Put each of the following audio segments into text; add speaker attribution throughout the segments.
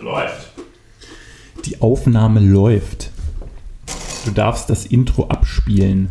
Speaker 1: Läuft.
Speaker 2: Die Aufnahme läuft. Du darfst das Intro abspielen.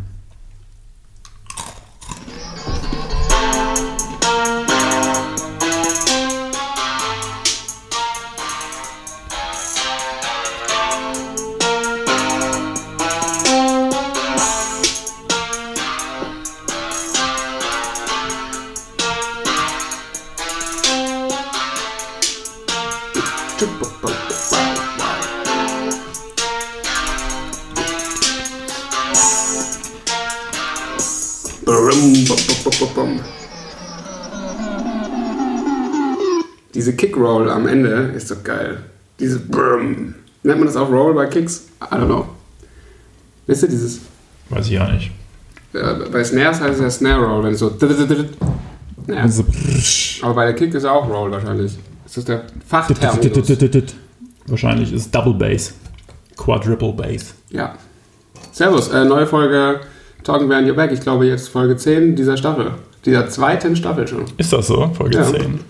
Speaker 3: Diese Kickroll am Ende ist doch geil. Diese Brrm. Nennt man das auch Roll bei Kicks? I don't know. Wisst ihr dieses?
Speaker 1: Weiß ich ja nicht.
Speaker 3: Äh, bei Snares heißt es ja Snare Roll, wenn es so. Naja.
Speaker 2: Also, brrsch.
Speaker 3: Aber bei der Kick ist auch Roll wahrscheinlich. Das ist der Fachterm.
Speaker 2: Wahrscheinlich ist Double Bass. Quadruple Bass.
Speaker 3: Ja. Servus, äh, neue Folge Talking Behind Your Back. Ich glaube jetzt Folge 10 dieser Staffel. Dieser zweiten Staffel schon.
Speaker 2: Ist das so? Folge
Speaker 3: Ja.
Speaker 2: 10.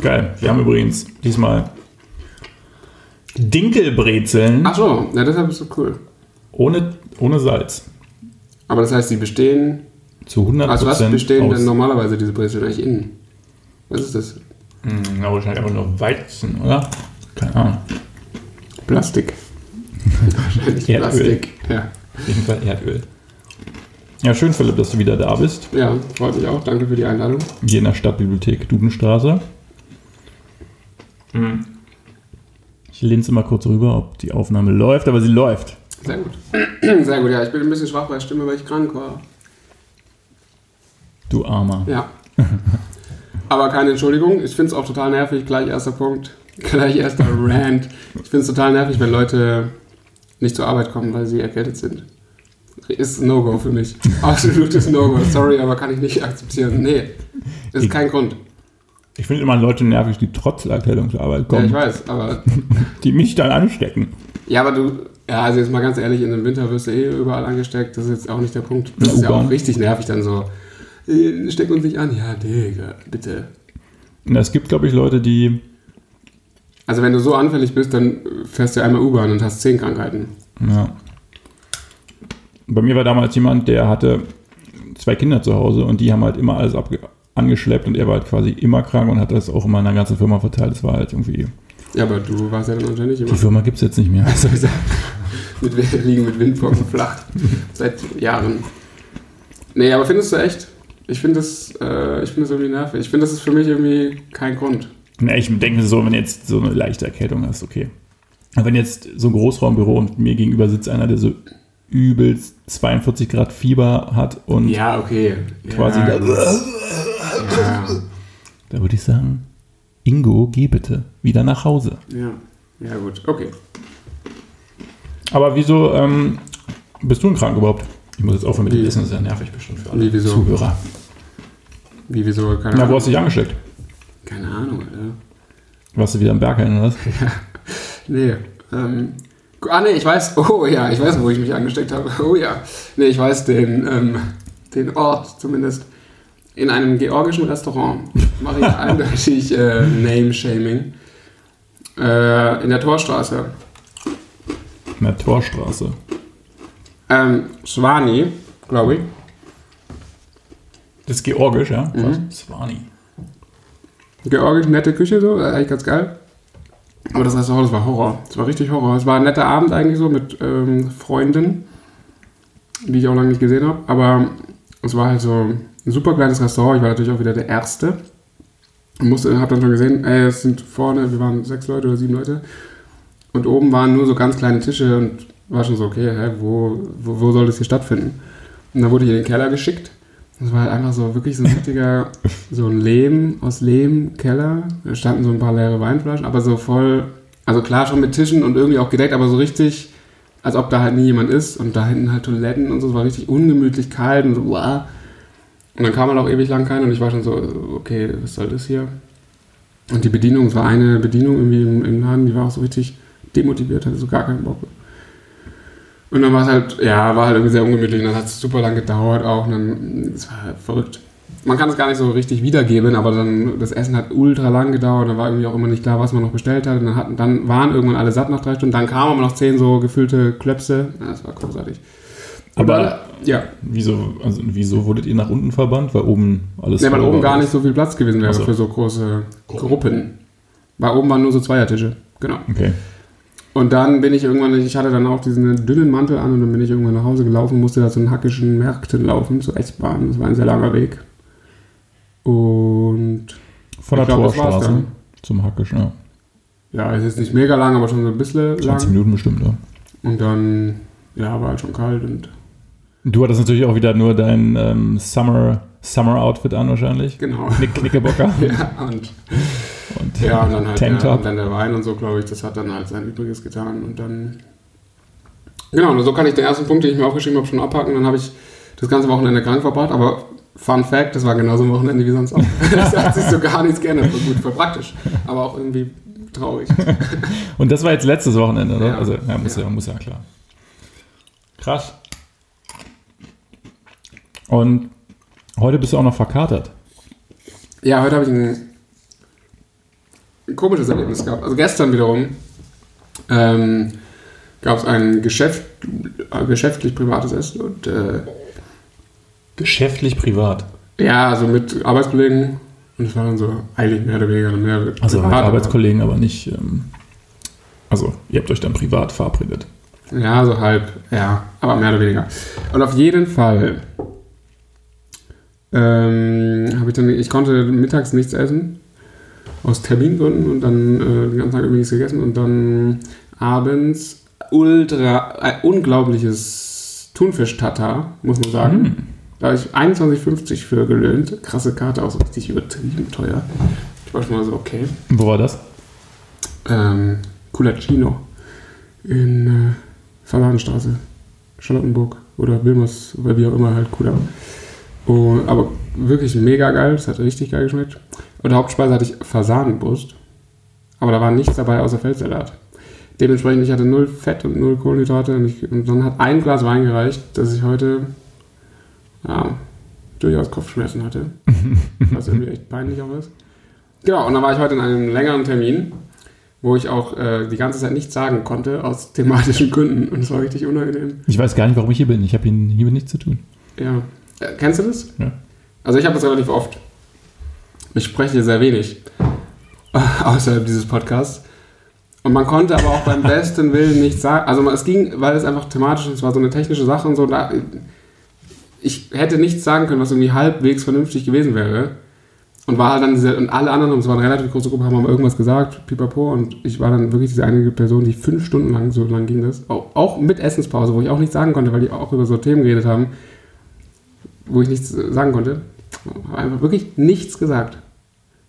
Speaker 2: Geil. Wir haben übrigens diesmal Dinkelbrezeln
Speaker 3: Ach so, ja, deshalb ist es cool.
Speaker 2: ohne, ohne Salz.
Speaker 3: Aber das heißt, die bestehen.
Speaker 2: Zu 100%
Speaker 3: Aus Also was bestehen denn
Speaker 2: aus-
Speaker 3: normalerweise diese Brezeln eigentlich innen? Was ist das?
Speaker 2: Hm, Na, wahrscheinlich einfach nur Weizen, oder? Keine Ahnung.
Speaker 3: Plastik. Wahrscheinlich
Speaker 2: Erdöl.
Speaker 3: Plastik. Ja.
Speaker 2: Auf jeden Fall Erdöl. Ja, schön, Philipp, dass du wieder da bist.
Speaker 3: ja, freut mich auch. Danke für die Einladung.
Speaker 2: Hier in der Stadtbibliothek Dudenstraße.
Speaker 3: Mhm.
Speaker 2: Ich lehn's immer kurz rüber, ob die Aufnahme läuft, aber sie läuft.
Speaker 3: Sehr gut. Sehr gut, ja. Ich bin ein bisschen schwach bei der Stimme, weil ich krank war.
Speaker 2: Du Armer.
Speaker 3: Ja. Aber keine Entschuldigung. Ich finde es auch total nervig. Gleich erster Punkt. Gleich erster Rant. Ich finde es total nervig, wenn Leute nicht zur Arbeit kommen, weil sie erkältet sind. Ist ein No-Go für mich. Absolutes No-Go. Sorry, aber kann ich nicht akzeptieren. Nee. Ist kein Grund.
Speaker 2: Ich finde immer Leute nervig, die trotz Erkältung zur Arbeit
Speaker 3: Ja,
Speaker 2: kommen,
Speaker 3: ich weiß, aber
Speaker 2: die mich dann anstecken.
Speaker 3: Ja, aber du, ja, also jetzt mal ganz ehrlich, in dem Winter wirst du eh überall angesteckt, das ist jetzt auch nicht der Punkt. Das
Speaker 2: Ja,
Speaker 3: ist ja
Speaker 2: U-Bahn.
Speaker 3: auch richtig nervig dann so. äh, Steck uns nicht an, ja, Digga, bitte.
Speaker 2: Und es gibt, glaube ich, Leute, die.
Speaker 3: Also wenn du so anfällig bist, dann äh, fährst du einmal U-Bahn und hast zehn Krankheiten.
Speaker 2: Ja. Bei mir war damals jemand, der hatte zwei Kinder zu Hause und die haben halt immer alles abge angeschleppt und er war halt quasi immer krank und hat das auch immer in der ganzen Firma verteilt. Das war halt irgendwie.
Speaker 3: Ja, aber du warst ja dann anscheinend nicht
Speaker 2: Die
Speaker 3: immer.
Speaker 2: Firma gibt es jetzt nicht mehr.
Speaker 3: Also ich sag, mit wir liegen mit Windpocken flach. Seit Jahren. Nee, aber findest du echt? Ich finde das, äh, ich finde das irgendwie nervig. Ich finde, das ist für mich irgendwie kein Grund.
Speaker 2: Na, ich denke mir so, wenn du jetzt so eine leichte Erkältung hast, okay. Aber wenn jetzt so ein Großraumbüro und mir gegenüber sitzt einer, der so übelst 42 Grad Fieber hat und
Speaker 3: Ja, okay.
Speaker 2: quasi.
Speaker 3: Ja, ja.
Speaker 2: Da würde ich sagen, Ingo, geh bitte wieder nach Hause.
Speaker 3: Ja, ja gut, okay.
Speaker 2: Aber wieso ähm, bist du denn krank überhaupt? Ich muss jetzt aufhören mit dem
Speaker 3: Wie?
Speaker 2: Essen, das ist ja nervig bestimmt für alle
Speaker 3: Wie, wieso?
Speaker 2: Zuhörer.
Speaker 3: Wie, wieso? Keine
Speaker 2: Na, wo
Speaker 3: Ahnung.
Speaker 2: hast du dich angesteckt?
Speaker 3: Keine Ahnung, Alter.
Speaker 2: Warst du wieder im Berg oder was?
Speaker 3: Nee, ähm... gu- Ah, nee, ich weiß... Oh ja, ich weiß, wo ich mich angesteckt habe. Oh ja. Nee, ich weiß den, ähm, den Ort zumindest. In einem georgischen Restaurant mache ich eindeutig äh, Name-Shaming. Äh, in der Torstraße.
Speaker 2: In der Torstraße.
Speaker 3: Ähm, Schwani, glaube ich.
Speaker 2: Das ist georgisch, ja?
Speaker 3: Mhm.
Speaker 2: Was? Swani.
Speaker 3: georgisch nette Küche so, äh, eigentlich ganz geil. Aber das Restaurant, das war Horror. Das war richtig Horror. Es war ein netter Abend eigentlich so mit ähm, Freunden, die ich auch lange nicht gesehen habe. Aber es war halt so ein super kleines Restaurant. Ich war natürlich auch wieder der Erste. Und musste, hab dann schon gesehen, ey, es sind vorne, wir waren sechs Leute oder sieben Leute. Und oben waren nur so ganz kleine Tische und war schon so, okay, hä, wo, wo, wo soll das hier stattfinden? Und dann wurde ich in den Keller geschickt. Das war halt einfach so wirklich so ein richtiger, so ein Lehm, aus Lehm, Keller. Da standen so ein paar leere Weinflaschen, aber so voll, also klar schon mit Tischen und irgendwie auch gedeckt, aber so richtig, als ob da halt nie jemand ist. Und da hinten halt Toiletten und so, es war richtig ungemütlich kalt und so, uah. Und dann kam halt auch ewig lang keiner und ich war schon so, okay, was soll das hier? Und die Bedienung, es war eine Bedienung irgendwie im, im Laden, die war auch so richtig demotiviert, hatte so gar keinen Bock. Und dann war es halt, ja, war halt irgendwie sehr ungemütlich und dann hat es super lang gedauert auch und dann, es war halt verrückt. man kann es gar nicht so richtig wiedergeben, aber dann das Essen hat ultra lang gedauert, dann war irgendwie auch immer nicht klar, was man noch bestellt hat. Und dann, hatten, dann waren irgendwann alle satt nach drei Stunden, dann kamen aber noch zehn so gefüllte Klöpse. Ja, das war großartig. Und
Speaker 2: Aber-
Speaker 3: dann- ja,
Speaker 2: Wieso, also, wieso wurdet ihr nach unten verbannt? Weil oben alles.
Speaker 3: nee, weil
Speaker 2: voll
Speaker 3: oben
Speaker 2: war.
Speaker 3: gar nicht so viel Platz gewesen wäre
Speaker 2: Ach so.
Speaker 3: für so große Gruppen. Weil oben waren nur so Zweiertische. Genau.
Speaker 2: Okay.
Speaker 3: Und dann bin ich irgendwann, ich hatte dann auch diesen dünnen Mantel an und dann bin ich irgendwann nach Hause gelaufen, musste da zu den hackischen Märkten laufen, zur S-Bahn. Das war ein sehr langer Weg. Und
Speaker 2: Von
Speaker 3: Ich
Speaker 2: der
Speaker 3: glaub, das war's
Speaker 2: Torstraße
Speaker 3: dann.
Speaker 2: zum Hackischen, ja.
Speaker 3: ja, es ist nicht mega lang, aber schon so ein bisschen
Speaker 2: 20
Speaker 3: lang.
Speaker 2: Minuten bestimmt, ja.
Speaker 3: Und dann, ja, war halt schon kalt und
Speaker 2: Du hattest natürlich auch wieder nur dein ähm, Summer, Summer Outfit an wahrscheinlich.
Speaker 3: genau.
Speaker 2: Knick, Knickerbocker
Speaker 3: Ja, und,
Speaker 2: und
Speaker 3: ja, und dann halt der,
Speaker 2: Tanktop.
Speaker 3: und dann der Wein und so, glaube ich, das hat dann halt sein Übriges getan. Und dann, genau, und so kann ich den ersten Punkt, den ich mir aufgeschrieben habe, schon abhaken. Dann habe ich das ganze Wochenende krank verbracht, aber Fun Fact, das war genauso ein Wochenende wie sonst auch. Das hat sich so gar nichts geändert. Voll gut, voll praktisch, aber auch irgendwie traurig.
Speaker 2: Und das war jetzt letztes Wochenende, oder?
Speaker 3: Ja.
Speaker 2: Also, ja, muss ja.
Speaker 3: Ja.
Speaker 2: muss ja klar. Krass. Und heute bist du auch noch verkatert.
Speaker 3: Ja, heute habe ich ein, ein komisches Erlebnis gehabt. Also gestern wiederum ähm, gab es ein Geschäft, äh, geschäftlich privates Essen und äh,
Speaker 2: Geschäftlich privat.
Speaker 3: ja, also mit Arbeitskollegen und es war dann so eigentlich mehr oder weniger mehr
Speaker 2: Also mit
Speaker 3: privat, aber-
Speaker 2: Arbeitskollegen, aber nicht. Ähm, also, ihr habt euch dann privat verabredet.
Speaker 3: Ja, so halb, ja, aber mehr oder weniger. Und auf jeden Fall ähm, habe ich dann, ich konnte mittags nichts essen, aus Termingründen und dann äh, den ganzen Tag irgendwie nichts gegessen und dann abends ultra, ein unglaubliches Thunfisch-Tatar, muss man sagen. Da habe ich 21,50 für gelöhnt. Krasse Karte, auch so richtig übertrieben teuer. Ich war schon mal so, okay.
Speaker 2: Wo war das?
Speaker 3: Ähm, Culacino in äh, Verladenstraße, Charlottenburg oder Wilmers oder wie auch immer halt Kula. Und, aber wirklich mega geil, es hat richtig geil geschmeckt. Und Hauptspeise hatte ich Fasanenbrust, aber da war nichts dabei außer Feldsalat. Dementsprechend, ich hatte null Fett und null Kohlenhydrate und, ich, und dann hat ein Glas Wein gereicht, dass ich heute ja, durchaus Kopfschmerzen hatte. Was irgendwie echt peinlich auch ist. Genau, und dann war ich heute in einem längeren Termin wo ich auch äh, die ganze Zeit nichts sagen konnte, aus thematischen Gründen. Und es war richtig unangenehm.
Speaker 2: Ich weiß gar nicht, warum ich hier bin. Ich habe hier, hier nichts zu tun.
Speaker 3: Ja. Äh, kennst du das?
Speaker 2: Ja.
Speaker 3: Also ich habe das relativ oft. Ich spreche sehr wenig. Außerhalb dieses Podcasts. Und man konnte aber auch beim besten Willen nichts sagen. Also es ging, weil es einfach thematisch ist, es war so eine technische Sache und so. Da, ich hätte nichts sagen können, was irgendwie halbwegs vernünftig gewesen wäre. Und war halt dann diese, und alle anderen, und es war eine relativ große Gruppe, haben mal irgendwas gesagt, pipapo, und ich war dann wirklich diese einzige Person, die fünf Stunden lang, so lang ging das, auch, auch mit Essenspause, wo ich auch nichts sagen konnte, weil die auch über so Themen geredet haben, wo ich nichts äh, sagen konnte. Hab Einfach wirklich nichts gesagt.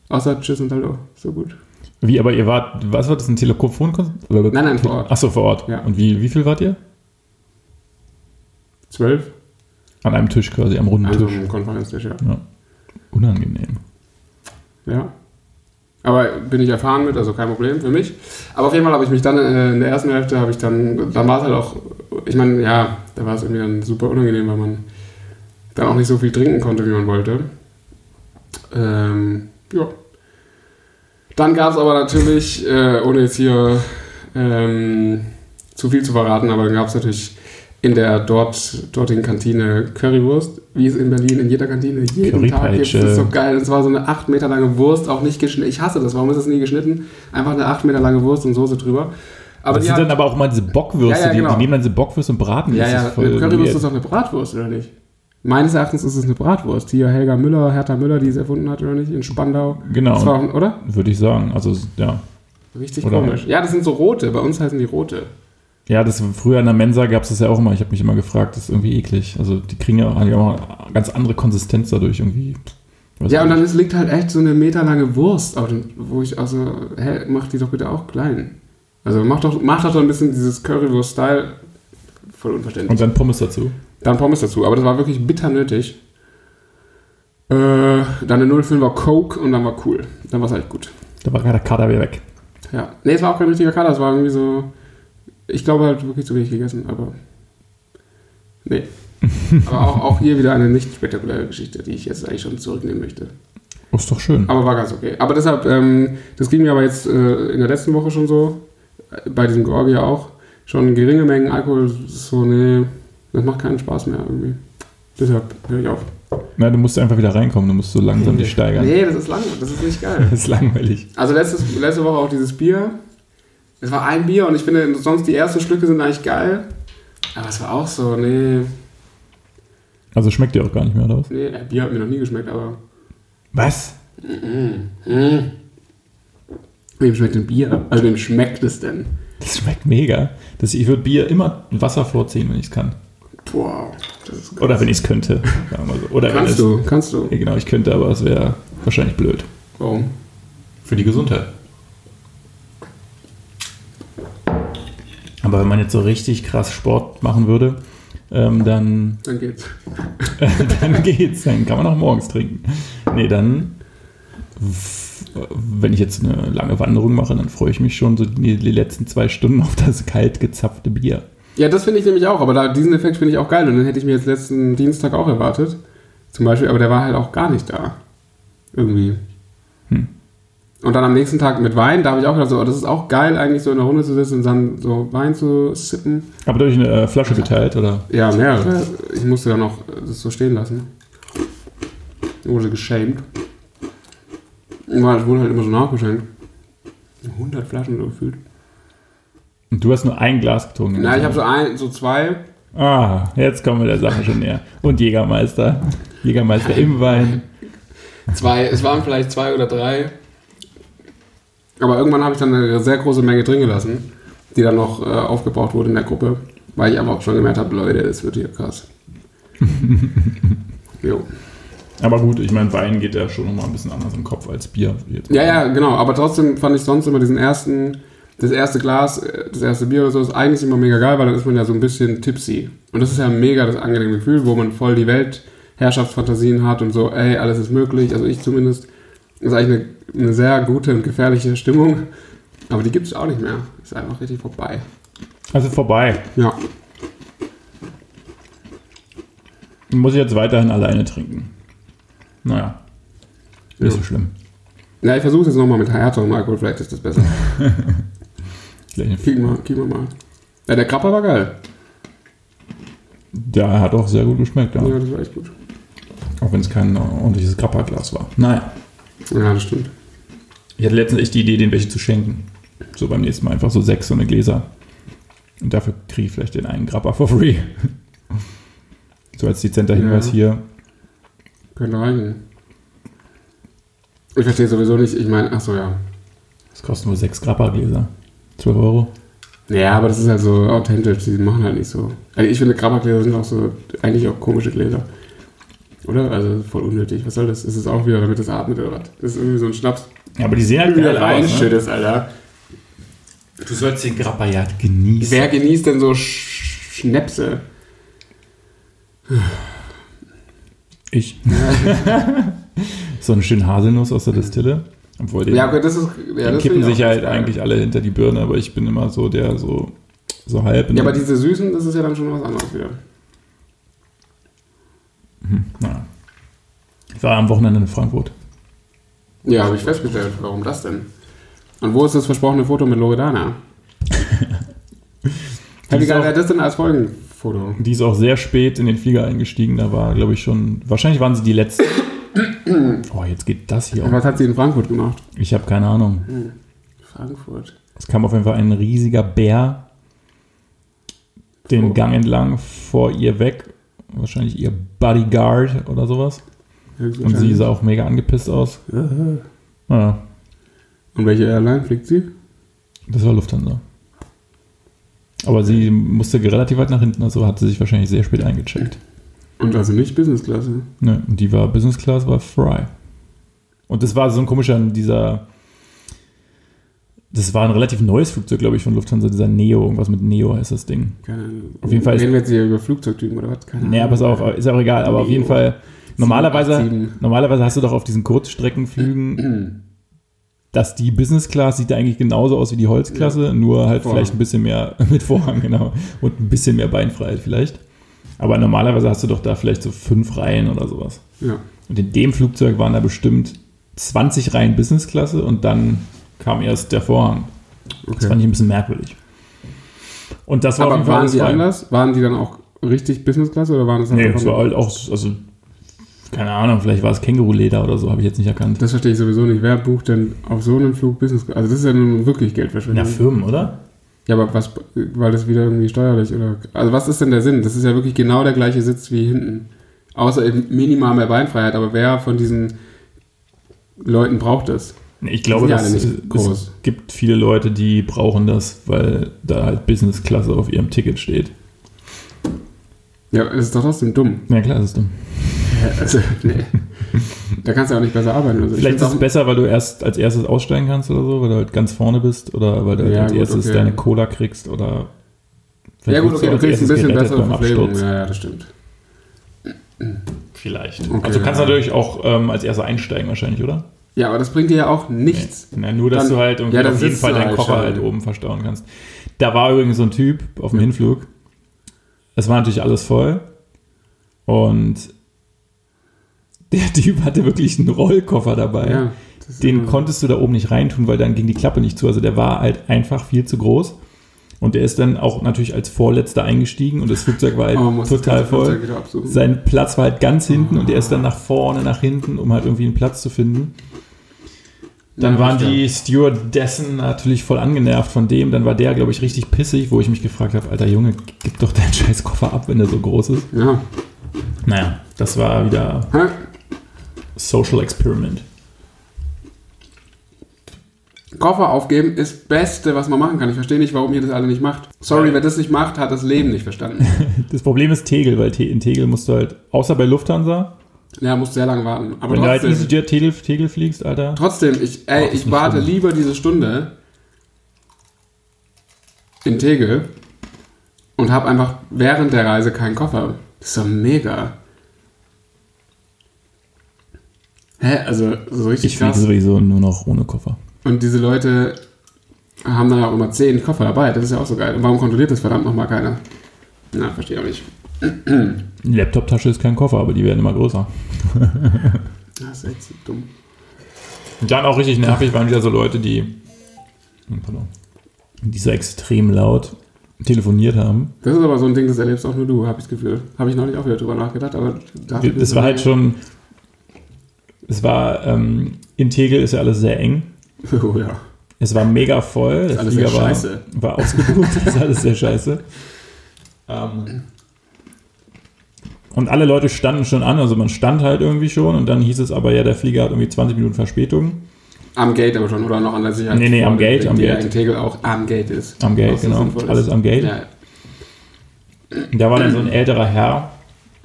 Speaker 3: Außer Tschüss und Hallo. So gut.
Speaker 2: Wie, aber ihr wart, was war das, ein Telefonkonzert? Nein,
Speaker 3: nein, vor Ort.
Speaker 2: Achso, vor Ort.
Speaker 3: Ja.
Speaker 2: Und wie, wie viel wart ihr?
Speaker 3: Zwölf?
Speaker 2: An einem Tisch quasi, am runden
Speaker 3: Also
Speaker 2: Tisch.
Speaker 3: im Konferenztisch, ja.
Speaker 2: Unangenehm.
Speaker 3: Ja. Aber bin ich erfahren mit, also kein Problem für mich. Aber auf jeden Fall habe ich mich dann äh, in der ersten Hälfte, habe ich dann, dann war es halt auch, ich meine, ja, da war es irgendwie dann super unangenehm, weil man dann auch nicht so viel trinken konnte, wie man wollte. Ähm, ja. Dann gab es aber natürlich, äh, ohne jetzt hier ähm, zu viel zu verraten, aber dann gab es natürlich in der dort, dortigen Kantine Currywurst, wie es in Berlin in jeder Kantine jeden Tag gibt.
Speaker 2: Currypeitsche.
Speaker 3: Das ist so geil. Und zwar so eine 8 Meter lange Wurst, auch nicht geschnitten. Ich hasse das. Warum ist das nie geschnitten? Einfach eine 8 Meter lange Wurst und Soße drüber. Aber
Speaker 2: das
Speaker 3: die
Speaker 2: Also sind
Speaker 3: hat-
Speaker 2: dann aber auch mal diese Bockwürste,
Speaker 3: Ja, ja,
Speaker 2: die-
Speaker 3: genau.
Speaker 2: die, nehmen dann diese Bockwürste und braten. die.
Speaker 3: ja,
Speaker 2: Das
Speaker 3: ja,
Speaker 2: ist voll
Speaker 3: eine Currywurst
Speaker 2: weird.
Speaker 3: ist doch eine Bratwurst, oder nicht? Meines Erachtens ist es eine Bratwurst, die ja Helga Müller, Hertha Müller, die es erfunden hat, oder nicht? In Spandau. Das
Speaker 2: Genau,
Speaker 3: war, oder?
Speaker 2: würde ich sagen. Also, ja.
Speaker 3: Richtig
Speaker 2: Oder-
Speaker 3: komisch. Ja, das sind so rote. Bei uns heißen die rote.
Speaker 2: Ja, das früher in der Mensa gab es das ja auch immer. Ich habe mich immer gefragt, das ist irgendwie eklig. Also die kriegen ja auch, haben ja auch eine ganz andere Konsistenz dadurch irgendwie. Weiß
Speaker 3: ja, und
Speaker 2: nicht.
Speaker 3: dann ist, liegt halt echt so eine meterlange Wurst auf dem, wo ich also, hä, mach die doch bitte auch klein. Also mach doch, mach doch so ein bisschen dieses Currywurst-Style. Voll unverständlich.
Speaker 2: und dann Pommes dazu.
Speaker 3: Dann Pommes dazu, aber das war wirklich bitter nötig. Äh, dann eine 05er Coke und dann war cool. Dann war es halt gut.
Speaker 2: Da war der Kader wieder weg.
Speaker 3: Ja. Nee, es war auch kein richtiger Kader, es war irgendwie so. Ich glaube halt wirklich zu wenig gegessen, aber. Nee. Aber auch, auch hier wieder eine nicht spektakuläre Geschichte, die ich jetzt eigentlich schon zurücknehmen möchte.
Speaker 2: Oh, ist doch schön.
Speaker 3: Aber war ganz okay. Aber deshalb, ähm, das ging mir aber jetzt äh, in der letzten Woche schon so, äh, bei diesem Georgier auch, schon geringe Mengen Alkohol, so, nee, das macht keinen Spaß mehr irgendwie. Deshalb höre ich auf.
Speaker 2: Na, du musst einfach wieder reinkommen, du musst so langsam dich steigern.
Speaker 3: Nee, das ist langweilig, das ist nicht geil.
Speaker 2: Das ist langweilig.
Speaker 3: Also letztes, letzte Woche auch dieses Bier. Es war ein Bier und ich finde, sonst die ersten Schlücke sind eigentlich geil. Aber es war auch so, nee,
Speaker 2: Also schmeckt dir auch gar nicht mehr, oder was?
Speaker 3: nee, äh, Bier hat mir noch nie geschmeckt, aber.
Speaker 2: Was?
Speaker 3: Mh. Wem schmeckt denn Bier? Also wem schmeckt es denn?
Speaker 2: Das schmeckt mega. Das, ich würde Bier immer Wasser vorziehen, wenn ich es kann.
Speaker 3: Boah, das ist krass.
Speaker 2: Oder wenn ich es könnte. Sagen wir so. Oder wenn es,
Speaker 3: Kannst du, kannst du.
Speaker 2: Ja, genau, ich könnte, aber es wäre wahrscheinlich blöd.
Speaker 3: Warum?
Speaker 2: Für die Gesundheit. Aber wenn man jetzt so richtig krass Sport machen würde, ähm, dann
Speaker 3: Dann geht's.
Speaker 2: dann geht's, dann kann man auch morgens trinken. Nee, dann, w- wenn ich jetzt eine lange Wanderung mache, dann freue ich mich schon so die, die letzten zwei Stunden auf das kalt gezapfte Bier.
Speaker 3: Ja, das finde ich nämlich auch, aber da, diesen Effekt finde ich auch geil und den hätte ich mir jetzt letzten Dienstag auch erwartet. Zum Beispiel, aber der war halt auch gar nicht da. Irgendwie.
Speaker 2: Hm.
Speaker 3: Und dann am nächsten Tag mit Wein, da habe ich auch gedacht, so, oh, das ist auch geil, eigentlich so in der Runde zu sitzen und dann so Wein zu sippen.
Speaker 2: Aber durch eine äh, Flasche geteilt, oder?
Speaker 3: Ja, mehrere. Ich musste dann auch das so stehen lassen. Ich wurde geschämt. Ja, Es wurde halt immer so nachgeschenkt. 100 Flaschen so gefühlt.
Speaker 2: Und du hast nur ein Glas getrunken.
Speaker 3: Na, ich habe so ein, so zwei.
Speaker 2: Ah, jetzt kommen wir der Sache schon näher. Und Jägermeister. Jägermeister im Wein.
Speaker 1: Zwei, es waren vielleicht zwei oder drei.
Speaker 3: Aber irgendwann habe ich dann eine sehr große Menge drin gelassen, die dann noch äh, aufgebraucht wurde in der Gruppe, weil ich aber auch schon gemerkt habe, Leute, das wird hier krass. jo.
Speaker 2: Aber gut, ich meine, Wein geht ja schon nochmal ein bisschen anders im Kopf als Bier. Jetzt.
Speaker 3: Ja, ja, genau. Aber trotzdem fand ich sonst immer diesen ersten, das erste Glas, äh, das erste Bier oder so, ist eigentlich immer mega geil, weil dann ist man ja so ein bisschen tipsy. Und das ist ja mega das angenehme Gefühl, wo man voll die Weltherrschaftsfantasien hat und so, ey, alles ist möglich. Also ich zumindest. Das ist eigentlich eine, eine sehr gute und gefährliche Stimmung. Aber die gibt es auch nicht mehr. Ist einfach richtig vorbei.
Speaker 2: Also vorbei.
Speaker 3: Ja.
Speaker 2: Muss ich jetzt weiterhin alleine trinken. Naja. Nicht so
Speaker 3: Ja.
Speaker 2: schlimm.
Speaker 3: Ja, ich versuche es jetzt nochmal mit härterem Alkohol, vielleicht ist das besser.
Speaker 2: Vielleicht eine
Speaker 3: Kicken wir, kicken wir mal. Ja, der Krapper war geil.
Speaker 2: Der hat auch sehr gut geschmeckt, ja.
Speaker 3: Ja, das war echt gut.
Speaker 2: Auch wenn es kein äh, ordentliches Grappa-Glas war. Naja.
Speaker 3: Ja, das stimmt.
Speaker 2: Ich hatte letztens echt die Idee, den welche zu schenken. So beim nächsten Mal einfach so sechs so eine Gläser. Und dafür kriege ich vielleicht den einen Grappa for free. so als dezenter
Speaker 3: Ja.
Speaker 2: Hinweis hier.
Speaker 3: Könnte reichen. Ich verstehe sowieso nicht, ich meine, ach so, ja.
Speaker 2: Das kostet nur sechs Grappa-Gläser. 12 Euro.
Speaker 3: Ja, aber das ist halt so authentisch, die machen halt nicht so. Also ich finde, Krabbergläser sind auch so, eigentlich auch komische Gläser. Oder? Also voll unnötig. Was soll das? Ist es auch wieder, damit es atmet oder was? Das ist irgendwie so ein Schnaps.
Speaker 2: Ja, aber die sehen halt
Speaker 3: Wieder
Speaker 2: geil aus, ne?
Speaker 3: reinschüttest, Alter.
Speaker 2: Du sollst den Grappa ja genießen.
Speaker 3: Wer genießt denn so Sch Schnäpse?
Speaker 2: Ich. so einen schönen Haselnuss aus der Distille. Obwohl den,
Speaker 3: Ja, okay, das ist. Ja,
Speaker 2: den
Speaker 3: das
Speaker 2: kippen
Speaker 3: finde ich
Speaker 2: sich
Speaker 3: auch
Speaker 2: halt
Speaker 3: ganz geil.
Speaker 2: eigentlich alle hinter die Birne, aber ich bin immer so der so, so halb.
Speaker 3: Ja, aber diese Süßen, das ist ja dann schon was anderes wieder.
Speaker 2: Naja. Ich war am Wochenende in Frankfurt.
Speaker 3: Ja, habe ich festgestellt. Warum das denn? Und wo ist das versprochene Foto mit Loredana? hey, wie
Speaker 2: ist
Speaker 3: geil
Speaker 2: auch-
Speaker 3: wäre das denn als Folgenfoto?
Speaker 2: Die ist auch sehr spät in den Flieger eingestiegen. Da war, glaube ich, schon. Wahrscheinlich waren sie die letzten. Oh, jetzt geht das hier
Speaker 3: Und
Speaker 2: auch.
Speaker 3: was hat sie in Frankfurt gemacht?
Speaker 2: Ich habe keine Ahnung.
Speaker 3: Frankfurt.
Speaker 2: Es kam auf jeden Fall ein riesiger Bär den
Speaker 3: Oh.
Speaker 2: Gang entlang vor ihr weg. Wahrscheinlich ihr Bodyguard oder sowas. Und sie sah auch mega angepisst aus.
Speaker 3: Und
Speaker 2: Naja,
Speaker 3: welche Airline fliegt sie?
Speaker 2: das war Lufthansa. Aber sie musste relativ weit nach hinten, also hat sie sich wahrscheinlich sehr spät eingecheckt.
Speaker 3: Und also nicht Businessklasse.
Speaker 2: Ne, und die war Business Class, war Fry. Und das war so ein komischer, dieser. Das war ein relativ neues Flugzeug, glaube ich, von Lufthansa, dieser Neo. Irgendwas mit Neo heißt das Ding.
Speaker 3: Keine Ahnung.
Speaker 2: Auf jeden Fall ist-
Speaker 3: Reden wir jetzt hier über Flugzeugtypen oder was? Keine
Speaker 2: Naja, pass auf, ist auch egal, aber auf jeden
Speaker 3: Neo.
Speaker 2: Fall. Normalerweise,
Speaker 3: 787.
Speaker 2: normalerweise hast du doch auf diesen Kurzstreckenflügen, dass die Business Class sieht ja eigentlich genauso aus wie die Holzklasse, nur halt
Speaker 3: Vorhang.
Speaker 2: vielleicht ein bisschen mehr mit Vorhang, genau. Und ein bisschen mehr Beinfreiheit vielleicht. Aber normalerweise hast du doch da vielleicht so fünf Reihen oder sowas.
Speaker 3: Ja.
Speaker 2: Und in dem Flugzeug waren da bestimmt 20 Reihen Businessklasse und dann kam erst der Vorhang. Das fand ich ein bisschen merkwürdig. Und das war auf
Speaker 3: Aber
Speaker 2: jeden Fall
Speaker 3: waren
Speaker 2: alles
Speaker 3: die
Speaker 2: frei.
Speaker 3: anders? Waren die dann auch richtig Businessklasse oder waren das
Speaker 2: Nee,
Speaker 3: einfach
Speaker 2: es war halt auch, also, keine Ahnung, vielleicht war es Känguruleder oder so, habe ich jetzt nicht erkannt.
Speaker 3: Das verstehe ich sowieso nicht. Wer bucht denn auf so einem Flug Business? Also das ist ja nun wirklich
Speaker 2: Na,
Speaker 3: Geldverschwendung.
Speaker 2: Firmen, oder?
Speaker 3: ja, aber was, weil das wieder irgendwie steuerlich oder? Also was ist denn der Sinn? Das ist ja wirklich genau der gleiche Sitz wie hinten, außer eben minimal mehr Beinfreiheit. Aber wer von diesen Leuten braucht das?
Speaker 2: Nee, Ich glaube,
Speaker 3: Ja,
Speaker 2: dass,
Speaker 3: nämlich
Speaker 2: es, es
Speaker 3: groß.
Speaker 2: gibt viele Leute, die brauchen das, weil da halt Business-Klasse auf ihrem Ticket steht.
Speaker 3: Ja, das ist doch trotzdem dumm.
Speaker 2: Na klar, das ist dumm.
Speaker 3: Also, nee. Da kannst du ja auch nicht besser arbeiten. Also, ich
Speaker 2: Vielleicht
Speaker 3: find's
Speaker 2: ist es besser, weil du erst als erstes aussteigen kannst oder so, weil du halt ganz vorne bist oder weil du halt
Speaker 3: Ja,
Speaker 2: als
Speaker 3: gut,
Speaker 2: erstes
Speaker 3: okay.
Speaker 2: deine Cola kriegst oder.
Speaker 3: Ja
Speaker 2: vielleicht
Speaker 3: gut,
Speaker 2: wirst
Speaker 3: okay, du
Speaker 2: als
Speaker 3: kriegst ein
Speaker 2: erstes
Speaker 3: bisschen
Speaker 2: gerettet
Speaker 3: bessere
Speaker 2: beim
Speaker 3: Verpflegung.
Speaker 2: Absturz.
Speaker 3: Ja, ja, das stimmt.
Speaker 2: Vielleicht.
Speaker 3: Okay,
Speaker 2: also du kannst
Speaker 3: ja.
Speaker 2: natürlich auch ähm, als erster einsteigen wahrscheinlich, oder?
Speaker 3: Ja, aber das bringt dir ja auch nichts.
Speaker 2: Na, nur, dass
Speaker 3: Dann-
Speaker 2: du halt irgendwie
Speaker 3: Ja, dann
Speaker 2: auf jeden
Speaker 3: sitzt
Speaker 2: Fall
Speaker 3: du
Speaker 2: deinen
Speaker 3: halt
Speaker 2: Koffer
Speaker 3: schon.
Speaker 2: halt oben verstauen kannst. Da war übrigens so ein Typ auf dem Hinflug. Es war natürlich alles voll. Und der Typ hatte wirklich einen Rollkoffer dabei.
Speaker 3: Ja, das ist
Speaker 2: Den
Speaker 3: immer-
Speaker 2: konntest du da oben nicht reintun, weil dann ging die Klappe nicht zu. Also der war halt einfach viel zu groß. Und der ist dann auch natürlich als Vorletzter eingestiegen und das Flugzeug war halt
Speaker 3: Aber Oh, man muss das
Speaker 2: total
Speaker 3: ganze
Speaker 2: voll.
Speaker 3: Flugzeug wieder absuchen.
Speaker 2: Sein Platz war halt ganz hinten und er ist dann nach vorne, nach hinten, um halt irgendwie einen Platz zu finden. Dann
Speaker 3: Ja,
Speaker 2: waren
Speaker 3: verstehe.
Speaker 2: die Stewardessen natürlich voll angenervt von dem. Dann war der, glaube ich, richtig pissig, wo ich mich gefragt habe, alter Junge, gib doch deinen scheiß Koffer ab, wenn der so groß ist.
Speaker 3: Ja.
Speaker 2: Naja, das war wieder
Speaker 3: Hä?
Speaker 2: Social Experiment.
Speaker 3: Koffer aufgeben ist Beste, was man machen kann. Ich verstehe nicht, warum ihr das alle nicht macht. Sorry, wer das nicht macht, hat das Leben nicht verstanden.
Speaker 2: Das Problem ist Tegel, weil Te- in Tegel musst du halt, außer bei Lufthansa,
Speaker 3: Ja, musst sehr lange warten. Aber
Speaker 2: wenn du halt
Speaker 3: trotzdem,
Speaker 2: EasyJet Tegel, Tegel fliegst, alter.
Speaker 3: trotzdem, ich,
Speaker 2: Oh,
Speaker 3: ey,
Speaker 2: das ist
Speaker 3: ich
Speaker 2: nicht
Speaker 3: warte
Speaker 2: schlimm.
Speaker 3: lieber diese Stunde in Tegel und habe einfach während der Reise keinen Koffer. Das ist doch mega. Hä, also so richtig
Speaker 2: Ich fliege
Speaker 3: krass.
Speaker 2: sowieso nur noch ohne Koffer.
Speaker 3: Und diese Leute haben dann auch immer zehn Koffer dabei. Das ist ja auch so geil. Und warum kontrolliert das verdammt nochmal keiner? Na, verstehe ich auch nicht.
Speaker 2: Eine Laptoptasche ist kein Koffer, aber die werden immer größer.
Speaker 3: Das ist echt so dumm.
Speaker 2: Und dann auch richtig nervig waren wieder so Leute, die, hm, pardon, die so extrem laut telefoniert haben.
Speaker 3: Das ist aber so ein Ding, das erlebst auch nur du, habe ich das Gefühl. Habe ich neulich auch wieder drüber nachgedacht, aber dafür
Speaker 2: Das war halt schon, es war, ähm, in Tegel ist ja alles sehr eng.
Speaker 3: Oh ja.
Speaker 2: Es war mega voll. Der
Speaker 3: alles
Speaker 2: Flieger
Speaker 3: sehr
Speaker 2: war,
Speaker 3: scheiße.
Speaker 2: war ausgebucht. Das ist alles sehr scheiße. Ähm, und alle Leute standen schon an. Also man stand halt irgendwie schon. Und dann hieß es aber, ja, der Flieger hat irgendwie 20 Minuten Verspätung.
Speaker 3: Am Gate aber schon, oder noch an der Sicherheit.
Speaker 2: Nee, nee, am
Speaker 3: Vor-
Speaker 2: Gate, am
Speaker 3: die ja
Speaker 2: Gate.
Speaker 3: in Tegel auch am Gate ist.
Speaker 2: Am Gate,
Speaker 3: Was so
Speaker 2: genau.
Speaker 3: sinnvoll ist.
Speaker 2: Alles am Gate.
Speaker 3: Ja,
Speaker 2: Da war dann so ein älterer Herr,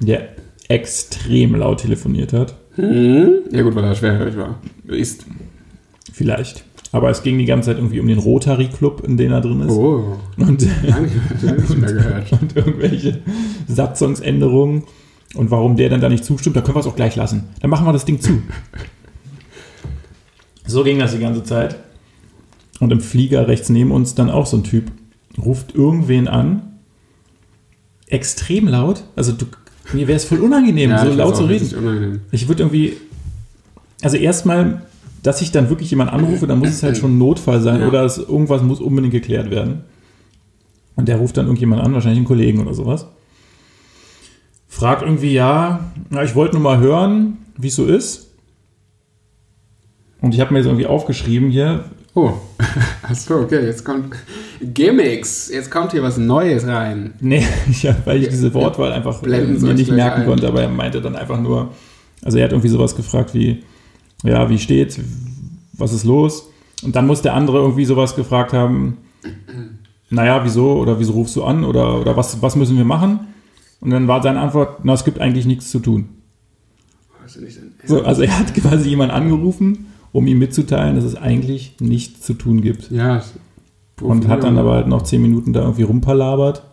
Speaker 2: der extrem laut telefoniert hat.
Speaker 3: Hm? ja gut, weil er schwerhörig war. Ist.
Speaker 2: Vielleicht. Aber es ging die ganze Zeit irgendwie um den Rotary Club, in dem er drin ist.
Speaker 3: Oh,
Speaker 2: Und
Speaker 3: lange nicht mehr gehört.
Speaker 2: und irgendwelche Satzungsänderungen und warum der dann da nicht zustimmt, da können wir es auch gleich lassen. Dann machen wir das Ding zu. So ging das die ganze Zeit. Und im Flieger rechts neben uns dann auch so ein Typ ruft irgendwen an, extrem laut. Also du, mir wäre es voll unangenehm,
Speaker 3: Ja, ich
Speaker 2: so
Speaker 3: find's
Speaker 2: laut zu
Speaker 3: auch
Speaker 2: reden.
Speaker 3: richtig Unangenehm.
Speaker 2: Ich würde irgendwie, also erstmal, dass ich dann wirklich jemanden anrufe, dann muss es halt schon ein Notfall sein
Speaker 3: Ja.
Speaker 2: oder es, irgendwas muss unbedingt geklärt werden. Und der ruft dann irgendjemand an, wahrscheinlich einen Kollegen oder sowas. Fragt irgendwie, ja, na, ich wollte nur mal hören, wie es so ist. Und ich habe mir jetzt irgendwie aufgeschrieben hier,
Speaker 3: Oh, achso, okay, jetzt kommt Gimmicks. Jetzt kommt hier was Neues rein.
Speaker 2: Nee, ich, hab- weil ich diese Wortwahl einfach äh,
Speaker 3: Blenden Sie
Speaker 2: mir
Speaker 3: uns
Speaker 2: nicht
Speaker 3: gleich
Speaker 2: merken
Speaker 3: ein.
Speaker 2: konnte, aber er meinte dann einfach nur, also er hat irgendwie sowas gefragt wie, ja, wie steht's, was ist los? Und dann muss der andere irgendwie sowas gefragt haben, naja, wieso oder wieso rufst du an oder, oder was, was müssen wir machen? Und dann war seine Antwort, na, es gibt eigentlich nichts zu tun.
Speaker 3: Was denn ich denn?
Speaker 2: So, also er hat quasi jemanden angerufen, um ihm mitzuteilen, dass es eigentlich nichts zu tun gibt.
Speaker 3: Ja.
Speaker 2: Und hat dann aber halt noch zehn Minuten da irgendwie rumpalabert.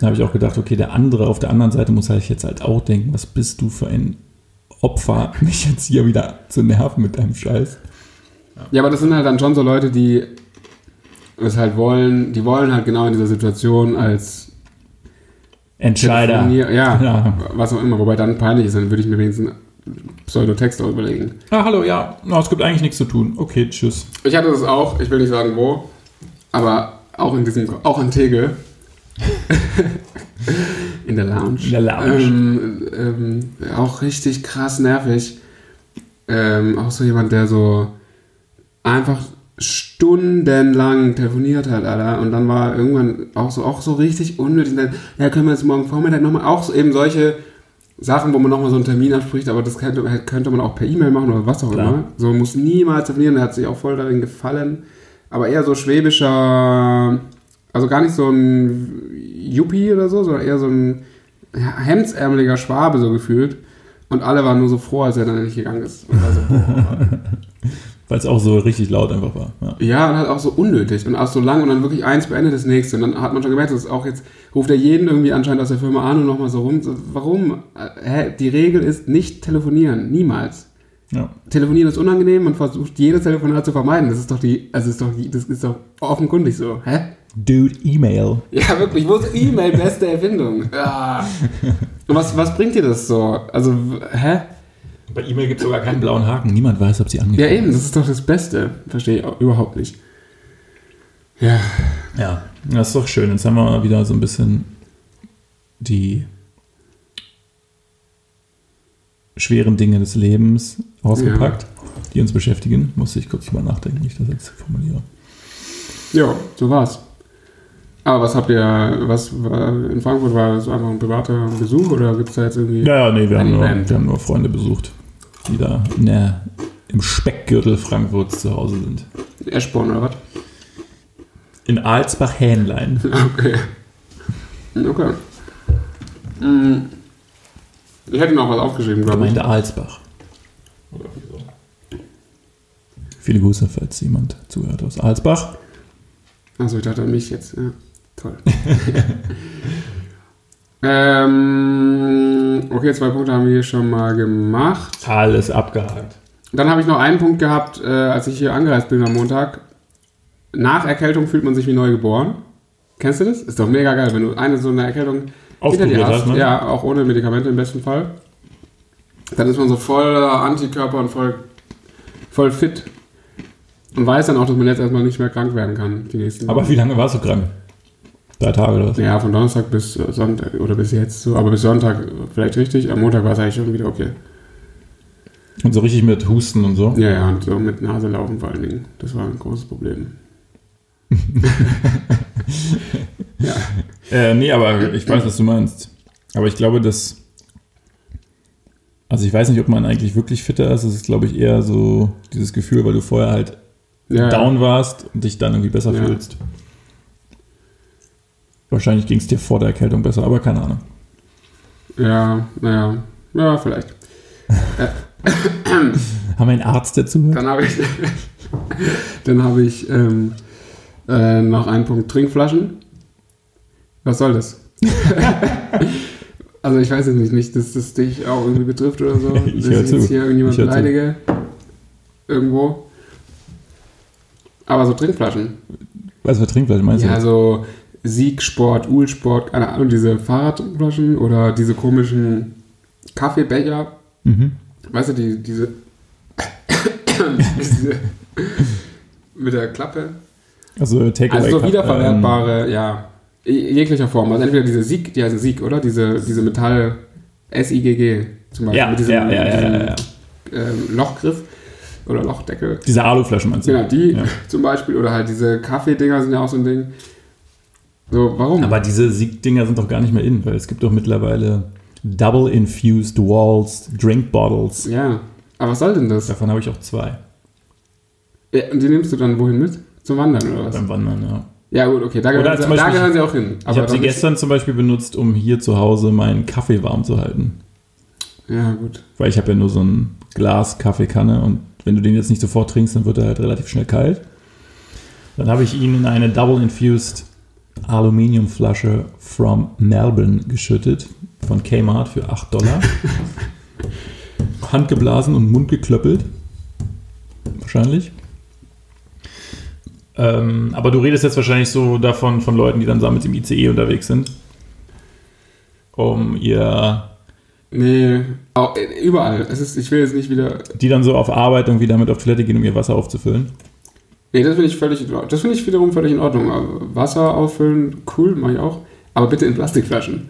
Speaker 2: Da habe ich auch gedacht, okay, der andere auf der anderen Seite muss halt jetzt halt auch denken, was bist du für ein Opfer, mich jetzt hier wieder zu nerven mit deinem Scheiß.
Speaker 3: Ja, aber das sind halt dann schon so Leute, die es halt wollen, die wollen halt genau in dieser Situation als
Speaker 2: Entscheider.
Speaker 3: Telefonier- Ja,
Speaker 2: Ja.
Speaker 3: was auch immer. Wobei dann peinlich ist, dann würde ich mir wenigstens Pseudotexte überlegen.
Speaker 2: Ah, hallo, ja. Na, es gibt eigentlich nichts zu tun. Okay, tschüss.
Speaker 3: Ich hatte das auch, ich will nicht sagen wo, aber auch in diesem, auch in Tegel. in der Lounge.
Speaker 2: In der Lounge.
Speaker 3: Ähm, ähm, auch richtig krass nervig. Ähm, auch so jemand, der so einfach stundenlang telefoniert hat, Alter. Und dann war irgendwann auch so, auch so richtig unnötig. Und Dann, ja, können wir jetzt morgen Vormittag nochmal, auch so eben solche Sachen, wo man nochmal so einen Termin abspricht, aber das könnte, könnte man auch per E-Mail machen oder was auch
Speaker 2: Klar.
Speaker 3: immer. So man muss niemals telefonieren, der hat sich auch voll darin gefallen. Aber eher so schwäbischer, also gar nicht so ein Yuppie oder so, sondern eher so ein hemdsärmeliger Schwabe so gefühlt. Und alle waren nur so froh, als er dann nicht gegangen ist. Und war so, boah.
Speaker 2: Weil es auch so richtig laut einfach war. Ja.
Speaker 3: Ja, und halt auch so unnötig und auch so lang und dann wirklich eins beendet das nächste. Und dann hat man schon gemerkt, das ist auch jetzt, ruft er jeden irgendwie anscheinend aus der Firma an und nochmal so rum. So, Warum? Äh, Hä? Die Regel ist nicht telefonieren. Niemals.
Speaker 2: ja.
Speaker 3: Telefonieren ist unangenehm, man versucht jedes Telefonat zu vermeiden. Das ist doch die, also ist doch, das ist doch offenkundig so. Hä?
Speaker 2: Dude, E-Mail.
Speaker 3: Ja, wirklich, wo ist E-Mail beste Erfindung? Ah. Und was, was bringt dir das so? Also, w- hä?
Speaker 2: Bei E-Mail gibt es sogar keinen blauen Haken. Niemand weiß, ob sie
Speaker 3: Ja,
Speaker 2: angekommen
Speaker 3: eben, das ist doch das Beste. Verstehe ich auch überhaupt nicht. Ja,
Speaker 2: Ja, das ist doch schön. Jetzt haben wir mal wieder so ein bisschen die schweren Dinge des Lebens ausgepackt, die uns beschäftigen. Musste ich kurz drüber nachdenken, wie ich das jetzt formuliere.
Speaker 3: Ja, so war's. Aber was habt ihr, was war in Frankfurt war das einfach ein privater Besuch oder gibt's da jetzt irgendwie.
Speaker 2: Ja, ja, nee, wir
Speaker 3: Ein
Speaker 2: haben, nur,
Speaker 3: Event.
Speaker 2: wir haben nur Freunde besucht, die da in der, im Speckgürtel Frankfurts zu Hause sind.
Speaker 3: Eschborn oder was?
Speaker 2: In Alsbach-Hähnlein.
Speaker 3: Okay. Okay. Mm. Ich hätte noch was aufgeschrieben, glaube ich.
Speaker 2: Gemeinde Alsbach. Oder so. Viele Grüße, falls jemand zuhört aus Alsbach.
Speaker 3: Achso, Also ich dachte an mich jetzt. Ja, toll. ähm, okay, zwei Punkte haben wir hier schon mal gemacht.
Speaker 2: Alles abgehakt.
Speaker 3: Dann habe ich noch einen Punkt gehabt, äh, als ich hier angereist bin am Montag. Nach Erkältung fühlt man sich wie neu geboren. Kennst du das? Ist doch mega geil, wenn du eine so eine Erkältung hinter dir
Speaker 2: Aufgerührt
Speaker 3: hast.
Speaker 2: hast, ne?
Speaker 3: Ja, auch ohne Medikamente im besten Fall. Dann ist man so voller Antikörper und voll, voll fit. Und weiß dann auch, dass man jetzt erstmal nicht mehr krank werden kann, die nächsten
Speaker 2: Aber wie lange warst du krank? Drei Tage oder was?
Speaker 3: ja, von Donnerstag bis äh, Sonntag oder bis jetzt so, aber bis Sonntag äh, vielleicht richtig, am Montag war es eigentlich schon wieder okay.
Speaker 2: Und so richtig mit Husten und so?
Speaker 3: Ja, ja, und so mit Nase laufen vor allen Dingen. Das war ein großes Problem. ja.
Speaker 2: Äh, nee, aber ich weiß, was du meinst. Aber ich glaube, dass. Also ich weiß nicht, ob man eigentlich wirklich fitter ist. Es ist, glaube ich, eher so dieses Gefühl, weil du vorher halt
Speaker 3: ja.
Speaker 2: down warst und dich dann irgendwie besser
Speaker 3: Ja.
Speaker 2: fühlst. Wahrscheinlich ging es dir vor der Erkältung besser, aber keine Ahnung.
Speaker 3: Ja, naja. Ja, vielleicht.
Speaker 2: Haben wir einen Arzt dazu?
Speaker 3: Dann habe ich, dann habe ich ähm, äh, noch einen Punkt Trinkflaschen. Was soll das? also ich weiß jetzt nicht, nicht, dass das dich auch irgendwie betrifft oder so.
Speaker 2: Ich
Speaker 3: dass
Speaker 2: hör
Speaker 3: ich
Speaker 2: zu.
Speaker 3: jetzt hier irgendjemand
Speaker 2: Ich hör zu.
Speaker 3: beleidige. Irgendwo. Aber so Trinkflaschen.
Speaker 2: Was für Trinkflaschen meinst
Speaker 3: Ja,
Speaker 2: du?
Speaker 3: so Siegsport, Uhlsport, keine Ahnung, diese Fahrradflaschen oder diese komischen Kaffeebecher,
Speaker 2: Mhm.
Speaker 3: weißt du, die, diese, diese mit der Klappe.
Speaker 2: Also Takeaway. ähm,
Speaker 3: Also so wiederverwertbare, ja, je- jeglicher Form. Also entweder diese Sieg, die heißen Sieg, oder? Diese, diese Metall SIGG
Speaker 2: Ähm,
Speaker 3: zum Beispiel
Speaker 2: ja,
Speaker 3: mit diesem,
Speaker 2: ja, ja, ja, ja, ja.
Speaker 3: diesem, ähm, Lochgriff oder Lochdeckel.
Speaker 2: Diese Aluflaschen meinst du?
Speaker 3: Genau, die
Speaker 2: Ja.
Speaker 3: zum Beispiel. Oder halt diese Kaffeedinger sind ja auch so ein Ding. So, warum?
Speaker 2: Aber diese Siegdinger sind doch gar nicht mehr in, weil es gibt doch mittlerweile Double Infused Walls, Drink Bottles.
Speaker 3: Ja, aber was soll denn das?
Speaker 2: Davon habe ich auch zwei
Speaker 3: Ja, und die nimmst du dann wohin mit? Zum Wandern oder was?
Speaker 2: beim Wandern, ja.
Speaker 3: Ja gut, okay, da
Speaker 2: Oder
Speaker 3: gehören, sie,
Speaker 2: zum
Speaker 3: da
Speaker 2: Beispiel-
Speaker 3: gehören sie auch hin.
Speaker 2: ich habe
Speaker 3: doch
Speaker 2: sie
Speaker 3: nicht-
Speaker 2: gestern zum Beispiel benutzt, um hier zu Hause meinen Kaffee warm zu halten.
Speaker 3: Ja gut.
Speaker 2: Weil ich habe ja nur so ein Glas Kaffeekanne und wenn du den jetzt nicht sofort trinkst, dann wird er halt relativ schnell kalt. Dann habe ich ihn in eine Double Infused Aluminiumflasche from Melbourne geschüttet, von Kmart für 8 Dollar. Handgeblasen und Mund geklöppelt. Wahrscheinlich. Ähm, aber du redest jetzt wahrscheinlich so davon, von Leuten, die dann damit im ICE unterwegs sind. E um ihr,
Speaker 3: Nee, auch, äh, überall. Es ist, ich will jetzt nicht wieder.
Speaker 2: die dann so auf Arbeit irgendwie damit auf Toilette gehen, um ihr Wasser aufzufüllen.
Speaker 3: Nee, das finde ich völlig in Ordnung. Das finde ich wiederum völlig in Ordnung. Aber Wasser auffüllen, cool, mache ich auch. Aber bitte in Plastikflaschen.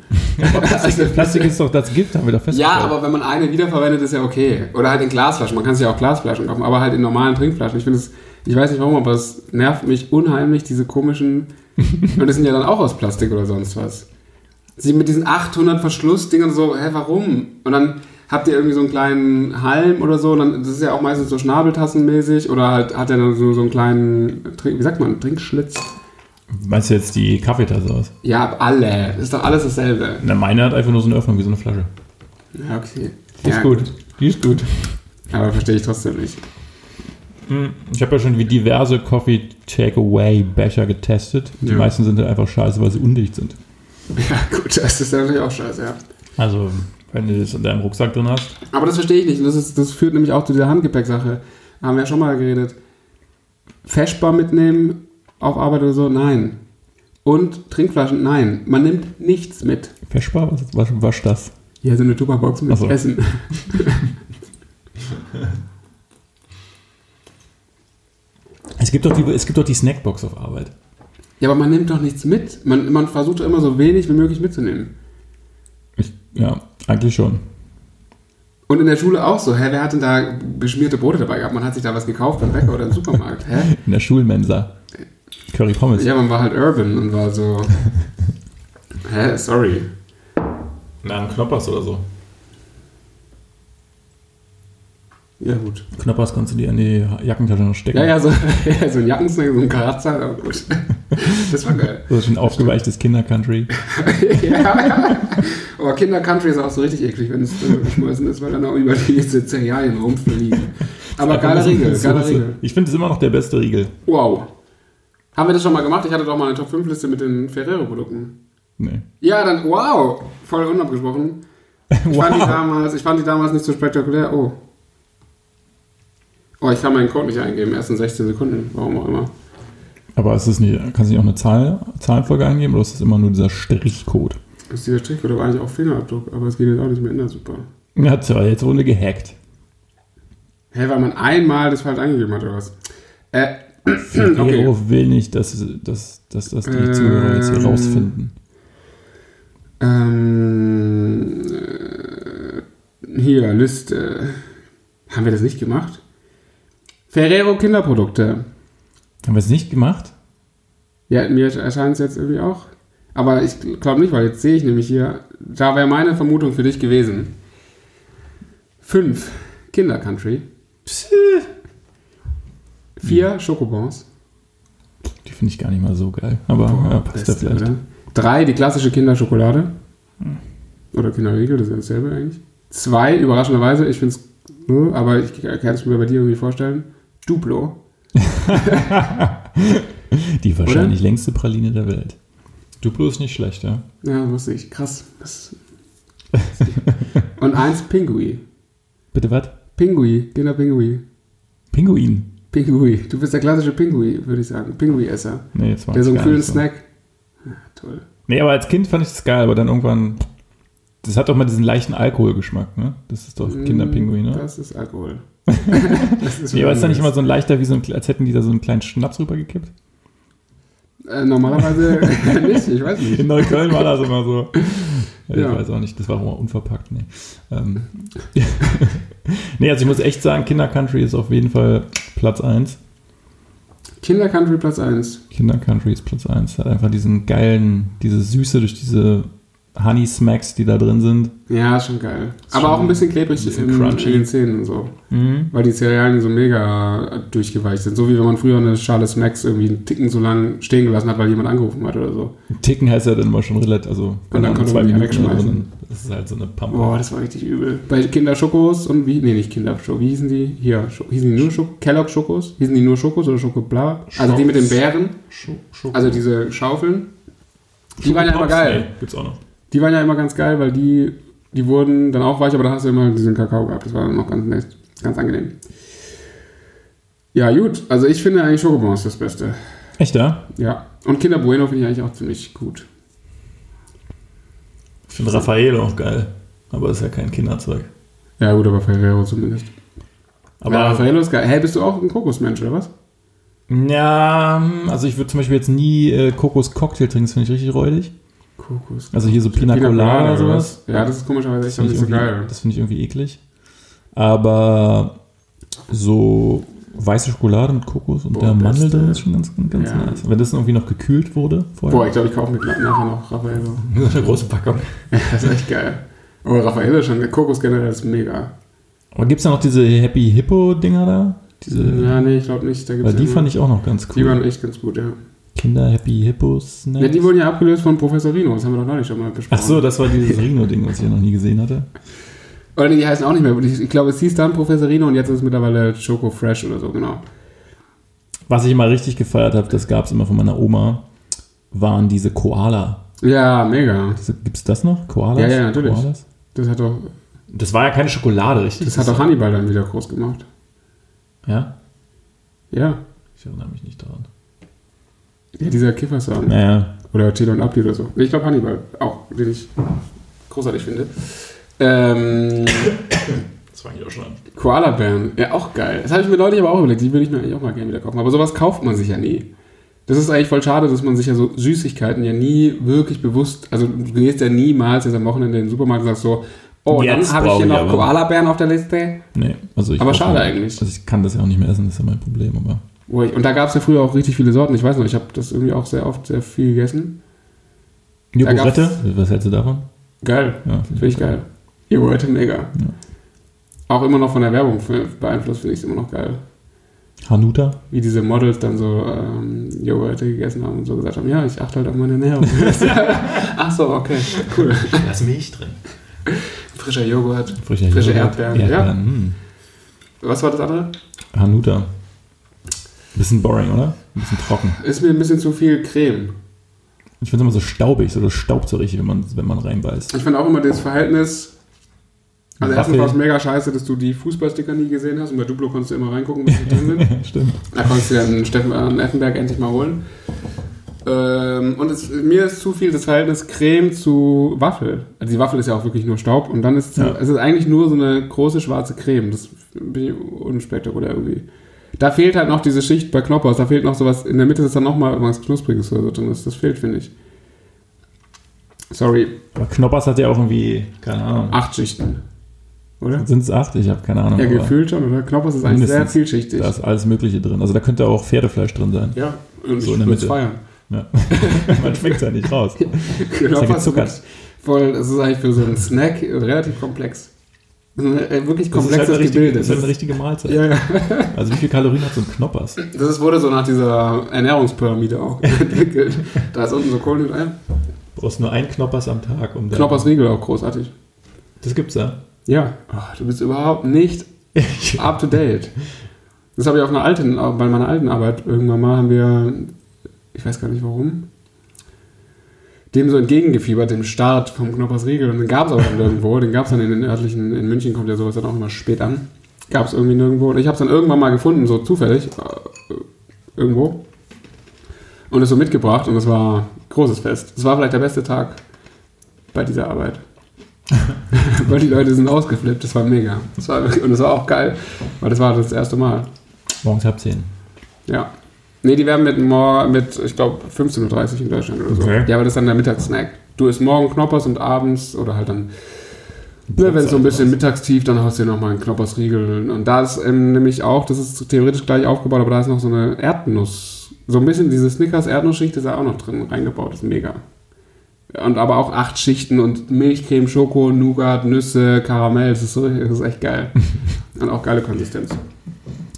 Speaker 3: Also,
Speaker 2: Plastik ist doch das Gift, haben wir doch
Speaker 3: ja,
Speaker 2: festgestellt.
Speaker 3: aber wenn man eine wiederverwendet, ist ja okay. Oder halt in Glasflaschen. Man kann sich ja auch Glasflaschen kaufen, aber halt in normalen Trinkflaschen. Ich finde es, ich weiß nicht warum, aber es nervt mich unheimlich, diese komischen. und das sind ja dann auch aus Plastik oder sonst was. Sie mit diesen 800 Verschlussdingern so, hä, warum? Und dann habt ihr irgendwie so einen kleinen Halm oder so. Und dann, das ist ja auch meistens so schnabeltassenmäßig. Oder halt hat er dann so, so einen kleinen, Trink, wie sagt man, Trinkschlitz.
Speaker 2: Meinst du jetzt die Kaffeetasse aus?
Speaker 3: Ja, alle. Ist doch alles dasselbe.
Speaker 2: Na, meine hat einfach nur so eine Öffnung wie so eine Flasche.
Speaker 3: Ja, okay.
Speaker 2: Die
Speaker 3: ja,
Speaker 2: ist gut. Die ist gut.
Speaker 3: Aber verstehe ich trotzdem nicht.
Speaker 2: Hm, Ich habe ja schon wie diverse Coffee Takeaway Becher getestet. Die
Speaker 3: Ja.
Speaker 2: meisten sind halt einfach scheiße, weil sie undicht sind.
Speaker 3: Ja, gut, das ist natürlich auch scheiße, ja.
Speaker 2: Also, wenn du das in deinem Rucksack drin hast.
Speaker 3: Aber das verstehe ich nicht. Und das, ist, das führt nämlich auch zu dieser Handgepäcksache. Haben wir ja schon mal geredet. Feschbar mitnehmen auf Arbeit oder so? Nein. Und Trinkflaschen? Nein. Man nimmt nichts mit.
Speaker 2: Feschbar, was, was, was ist das?
Speaker 3: Hier so eine Tupperbox mit
Speaker 2: Ach so.
Speaker 3: Essen.
Speaker 2: Es gibt, doch die, es gibt doch die Snackbox auf Arbeit.
Speaker 3: Ja, aber man nimmt doch nichts mit. Man, man versucht doch immer so wenig wie möglich mitzunehmen.
Speaker 2: Ich, ja, eigentlich schon.
Speaker 3: Und in der Schule auch so. Hä, wer hat denn da beschmierte Brote dabei gehabt? Man hat sich da was gekauft beim Bäcker oder im Supermarkt. Hä?
Speaker 2: In der Schulmensa. Curry Pommes.
Speaker 3: Ja, man war halt urban und war so. Hä, sorry.
Speaker 2: Na, Knoppers oder so.
Speaker 3: Ja, gut.
Speaker 2: Knoppers kannst du dir in die Jackentasche noch stecken.
Speaker 3: Ja, ja, so, ja, so ein Jackensnack, so ein Karatzer, aber gut. Das war geil.
Speaker 2: Das ist ein aufgeweichtes Kindercountry.
Speaker 3: ja. Aber Kinder Country ist auch so richtig eklig, wenn es äh, geschmolzen ist, weil dann auch über diese Cerealien rumfliegen. Aber geile Regel, geile Regel.
Speaker 2: Ich finde es immer noch der beste Riegel.
Speaker 3: Wow. Haben wir das schon mal gemacht? Ich hatte doch mal eine Top-5-Liste mit den Ferrero-Produkten.
Speaker 2: Nee.
Speaker 3: Ja, dann, wow, voll unabgesprochen. Ich, fand die damals, ich fand die damals nicht so spektakulär. Oh. Oh, ich kann meinen Code nicht eingeben, erst in 16 Sekunden, warum auch immer.
Speaker 2: Aber ist es nicht, kannst du nicht auch eine Zahl, Zahlenfolge eingeben oder ist es immer nur dieser Strichcode?
Speaker 3: Ist dieser Trick oder war eigentlich auch Fingerabdruck, aber es geht jetzt auch nicht mehr in der Super.
Speaker 2: Ja, zwar jetzt Runde gehackt.
Speaker 3: Hä, weil man einmal das falsch angegeben hat, oder was? Äh,
Speaker 2: Ferrero
Speaker 3: okay.
Speaker 2: will nicht, dass, dass, dass, dass die Zuhörer jetzt hier
Speaker 3: Ähm.
Speaker 2: rausfinden.
Speaker 3: Ähm, äh, hier, Liste. Haben wir das nicht gemacht? Ferrero Kinderprodukte.
Speaker 2: Haben wir es nicht gemacht?
Speaker 3: Ja, mir erscheint es jetzt irgendwie auch. Aber ich glaube nicht, weil jetzt sehe ich nämlich hier, da wäre meine Vermutung für dich gewesen. Fünf Kinder Country. Vier Schokobons.
Speaker 2: Die finde ich gar nicht mal so geil. Aber ja, passt ja
Speaker 3: Beste,
Speaker 2: vielleicht.
Speaker 3: oder? Drei, die klassische Kinderschokolade. Oder Kinderriegel, das ist ja dasselbe eigentlich. Zwei, überraschenderweise, ich finde es, aber ich kann es mir bei dir irgendwie vorstellen. Duplo.
Speaker 2: Die wahrscheinlich längste Praline der Welt. Duplo ist nicht schlecht, ja.
Speaker 3: Ja, wusste ich. Krass. Das Und eins Pingui.
Speaker 2: Bitte was?
Speaker 3: Pingui, Kinderpingui.
Speaker 2: Pinguin.
Speaker 3: Pingui. Du bist der klassische Pingui, würde ich sagen. Pingui-Esser.
Speaker 2: Nee, jetzt war
Speaker 3: Der so einen
Speaker 2: gar
Speaker 3: kühlen
Speaker 2: nicht so.
Speaker 3: Snack. Ja, toll.
Speaker 2: Nee, aber als Kind fand ich das geil, aber dann irgendwann. Das hat doch mal diesen leichten Alkoholgeschmack, ne? Das ist doch Kinderpinguin, ne?
Speaker 3: Mm, Das ist Alkohol. das ist
Speaker 2: Nee, aber ist da nicht
Speaker 3: was
Speaker 2: immer so ein leichter, wie so ein, als hätten die da so einen kleinen Schnaps rübergekippt?
Speaker 3: anderes. Äh, normalerweise nicht, ich weiß nicht.
Speaker 2: In Neukölln war das immer so. Ja,
Speaker 3: Ja.
Speaker 2: Ich weiß auch nicht, das war auch mal unverpackt, nee. Ähm. nee, also ich muss echt sagen, Kinder Country ist auf jeden Fall Platz 1.
Speaker 3: Kinder Country Platz 1.
Speaker 2: Kinder Country ist Platz 1. Hat einfach diesen geilen, diese Süße durch diese Honey Smacks, die da drin sind.
Speaker 3: Ja, ist schon geil.
Speaker 2: Ist
Speaker 3: Aber
Speaker 2: schon
Speaker 3: auch ein bisschen klebrig
Speaker 2: ein bisschen
Speaker 3: in,
Speaker 2: crunchy.
Speaker 3: in den Zähnen und so.
Speaker 2: Mhm.
Speaker 3: Weil die Cerealien so mega durchgeweicht sind. So wie wenn man früher eine Schale Smacks irgendwie einen Ticken so lang stehen gelassen hat, weil jemand angerufen hat oder so.
Speaker 2: Ein Ticken heißt ja dann mal schon relativ, also
Speaker 3: dann
Speaker 2: keine Ahnung,
Speaker 3: kann man die wegschmeißen.
Speaker 2: drin. Das ist halt so eine Pampe.
Speaker 3: Boah, das war richtig übel. Bei Kinderschokos und wie, nee, nicht Kinderschokos, wie hießen die? Hier, Scho- hießen die nur Schoko, Kellogg-Schokos? Hießen die nur Schokos oder Schokobla? Also die mit den Beeren, also diese Schaufeln. Die waren ja immer geil.
Speaker 2: Gibt's auch noch.
Speaker 3: Die waren ja immer ganz geil, weil die, die wurden dann auch weich, aber da hast du immer diesen Kakao gehabt. Das war dann noch ganz nett, ganz angenehm. Ja, gut. Also ich finde eigentlich Schokobons das Beste.
Speaker 2: Echt, ja?
Speaker 3: Ja. Und Kinder Bueno finde ich eigentlich auch ziemlich gut.
Speaker 2: Ich finde Raffaello auch geil, aber ist ja kein Kinderzeug.
Speaker 3: Ja, gut, aber Ferrero zumindest. Aber ja,
Speaker 2: Aber
Speaker 3: Ferrero ist geil. Hä, bist du auch ein Kokosmensch, oder was?
Speaker 2: ja, hm, also ich würde zum Beispiel jetzt nie äh, Kokos Cocktail trinken, das finde ich richtig räudig.
Speaker 3: Kokos.
Speaker 2: Also hier so Pina, Colada oder sowas.
Speaker 3: Ja, das ist komischerweise
Speaker 2: Das
Speaker 3: echt noch
Speaker 2: finde
Speaker 3: nicht
Speaker 2: ich,
Speaker 3: so
Speaker 2: irgendwie-
Speaker 3: geil.
Speaker 2: das find ich irgendwie eklig. Aber so weiße Schokolade mit Kokos und
Speaker 3: Boah,
Speaker 2: der Mandel
Speaker 3: beste.
Speaker 2: drin ist schon ganz, ganz
Speaker 3: Ja.
Speaker 2: nice. Wenn das irgendwie noch gekühlt wurde vorher.
Speaker 3: Boah, ich glaube, ich kaufe mir gleich nachher noch Raffaello.
Speaker 2: eine große Packung.
Speaker 3: Das ist echt geil. Aber Raffaello ist schon, Kokos generell ist mega.
Speaker 2: Aber gibt es da noch diese Happy Hippo-Dinger da? Diese,
Speaker 3: Ja, nee, ich glaube nicht. Da gibt's
Speaker 2: weil die
Speaker 3: ja
Speaker 2: fand
Speaker 3: nur-
Speaker 2: ich auch noch ganz
Speaker 3: Die
Speaker 2: cool.
Speaker 3: waren echt ganz gut, ja.
Speaker 2: Kinder Happy Hippos.
Speaker 3: ja. Die wurden ja abgelöst von Professor Rino, das haben wir doch neulich schon mal besprochen.
Speaker 2: Ach so, das war dieses Rino-Ding, was ich ja noch nie gesehen hatte.
Speaker 3: Oder nee, die heißen auch nicht mehr. Ich, ich glaube, es hieß dann Professor Rino und jetzt ist es mittlerweile Choco Fresh oder so, genau.
Speaker 2: Was ich immer richtig gefeiert habe, das gab es immer von meiner Oma, waren diese Koala.
Speaker 3: Ja, mega.
Speaker 2: Gibt es das noch? Koalas?
Speaker 3: Ja, ja, natürlich.
Speaker 2: Koalas?
Speaker 3: Das hat doch,
Speaker 2: Das war ja keine Schokolade, richtig?
Speaker 3: das hat doch Hannibal dann wieder groß gemacht.
Speaker 2: Ja,
Speaker 3: Ja.
Speaker 2: ich erinnere mich nicht daran.
Speaker 3: ja dieser Kiffersong.
Speaker 2: Naja,
Speaker 3: Oder Tele und Abdi oder so. Ich glaube Hannibal auch, den ich großartig finde. Ähm,
Speaker 2: das fange ich auch schon an.
Speaker 3: Koala-Bären, ja auch geil. Das habe ich mir neulich aber auch überlegt, die würde ich mir eigentlich auch mal gerne wieder kaufen. Aber sowas kauft man sich ja nie. Das ist eigentlich voll schade, dass man sich ja so Süßigkeiten ja nie wirklich bewusst, also du gehst ja niemals jetzt am Wochenende in den Supermarkt und sagst so, oh,
Speaker 2: Jetzt
Speaker 3: dann habe ich
Speaker 2: brauche
Speaker 3: hier
Speaker 2: ich
Speaker 3: noch
Speaker 2: aber-
Speaker 3: Koala-Bären auf der Liste.
Speaker 2: Nee, also ich
Speaker 3: Aber
Speaker 2: brauch-
Speaker 3: schade eigentlich.
Speaker 2: Also ich kann das ja auch nicht mehr essen, das ist ja mein Problem, aber.
Speaker 3: Wo ich- Und da gab es ja früher auch richtig viele Sorten. Ich weiß noch, ich habe das irgendwie auch sehr oft sehr viel gegessen. Da gab's-
Speaker 2: Jogurette, was hältst du davon?
Speaker 3: Geil.
Speaker 2: Ja,
Speaker 3: Finde ich geil. Jogurte mega.
Speaker 2: Ja.
Speaker 3: Auch immer noch von der Werbung für- beeinflusst, finde ich es immer noch geil.
Speaker 2: Hanuta?
Speaker 3: Wie diese Models dann so ähm, Joghurte gegessen haben und so gesagt haben, ja, ich achte halt auf meine Ernährung. Ach so, okay, cool.
Speaker 2: Da ist Milch drin.
Speaker 3: Frischer Joghurt.
Speaker 2: Frische,
Speaker 3: Frische
Speaker 2: Joghurt,
Speaker 3: Erdbeeren, ja.
Speaker 2: Erdbeeren,
Speaker 3: Was war das andere?
Speaker 2: mm. Hanuta. Bisschen boring, oder? Ein bisschen trocken.
Speaker 3: Ist mir ein bisschen zu viel Creme.
Speaker 2: Ich finde es immer so staubig, so das staubt so richtig, wenn man, wenn man reinbeißt.
Speaker 3: Ich finde auch immer das Verhältnis. Also erstens
Speaker 2: Waffel.
Speaker 3: war es mega scheiße, dass du die Fußballsticker nie gesehen hast und bei Duplo konntest du immer reingucken, bis die drin sind.
Speaker 2: Stimmt.
Speaker 3: Da konntest du dann Steffen äh, Effenberg endlich mal holen. Ähm, und es, mir ist zu viel das Verhältnis Creme zu Waffel. Also die Waffel ist ja auch wirklich nur Staub und dann ist es-
Speaker 2: Ja.
Speaker 3: es ist eigentlich nur so eine große schwarze Creme. Das bin ich unspektakulär irgendwie. Da fehlt halt noch diese Schicht bei Knoppers, da fehlt noch sowas, in der Mitte ist dann nochmal irgendwas Knuspriges oder so drin. Das, das fehlt, finde ich. Sorry,
Speaker 2: Aber Knoppers hat ja auch irgendwie, keine Ahnung.
Speaker 3: acht Schichten. Oder?
Speaker 2: Sind es acht? Ich habe keine Ahnung.
Speaker 3: Ja,
Speaker 2: aber
Speaker 3: gefühlt schon, oder? Knoppers ist eigentlich sehr
Speaker 2: Mindestens.
Speaker 3: vielschichtig.
Speaker 2: Da ist alles Mögliche drin. Also da könnte auch Pferdefleisch drin sein.
Speaker 3: Ja, und
Speaker 2: So
Speaker 3: ich
Speaker 2: in der
Speaker 3: würde es
Speaker 2: Mitte.
Speaker 3: feiern.
Speaker 2: Ja. man schmeckt ja nicht raus.
Speaker 3: Genau,
Speaker 2: Ist ja
Speaker 3: fast
Speaker 2: gezuckert.
Speaker 3: wirklich Voll, das ist eigentlich für so einen Snack relativ komplex. Das ist Ein wirklich
Speaker 2: Das ist halt
Speaker 3: komplexes
Speaker 2: eine richtige,
Speaker 3: Gebilde.
Speaker 2: Das ist halt eine richtige Mahlzeit.
Speaker 3: ja, ja.
Speaker 2: Also wie viel Kalorien hat so ein Knoppers?
Speaker 3: Das ist, wurde so nach dieser Ernährungspyramide auch entwickelt. da ist unten so Kohlenhydrate.
Speaker 2: Du brauchst nur einen Knoppers am Tag. Um dann-
Speaker 3: Knoppers Riegel auch großartig.
Speaker 2: Das gibt's ja.
Speaker 3: Ja, Ach, du bist überhaupt nicht up to date. Das habe ich auf einer alten, bei meiner alten Arbeit irgendwann mal haben wir, ich weiß gar nicht warum, dem so entgegengefiebert, dem Start vom Knoppers Riegel. Und den gab es auch dann irgendwo. Den gab es dann in den örtlichen, in München kommt ja sowas dann auch immer spät an. Gab es irgendwie nirgendwo. Und ich habe es dann irgendwann mal gefunden, so zufällig. äh, Irgendwo. Und es so mitgebracht und es war großes Fest. Es war vielleicht der beste Tag bei dieser Arbeit. weil die Leute sind ausgeflippt, das war mega. Das war, wirklich- und das war auch geil, weil das war das erste Mal.
Speaker 2: Morgens ab 10.
Speaker 3: Ja. Nee, die werden mit, mor- mit ich glaube, 15.30 Uhr in Deutschland oder so.
Speaker 2: Okay.
Speaker 3: Ja, aber das ist dann der Mittagssnack. Du isst morgen Knoppers und abends oder halt dann, ne, wenn es so ein bisschen mittagstief, dann hast du dir nochmal einen Knoppersriegel. Und da ist ähm, nämlich auch, das ist theoretisch gleich aufgebaut, aber da ist noch so eine Erdnuss. So ein bisschen diese Snickers-Erdnussschicht ist da auch noch drin reingebaut. Das ist mega. Und aber auch acht Schichten und Milchcreme, Schoko, Nougat, Nüsse, Karamell. Das ist, so, das ist echt geil. und auch geile Konsistenz.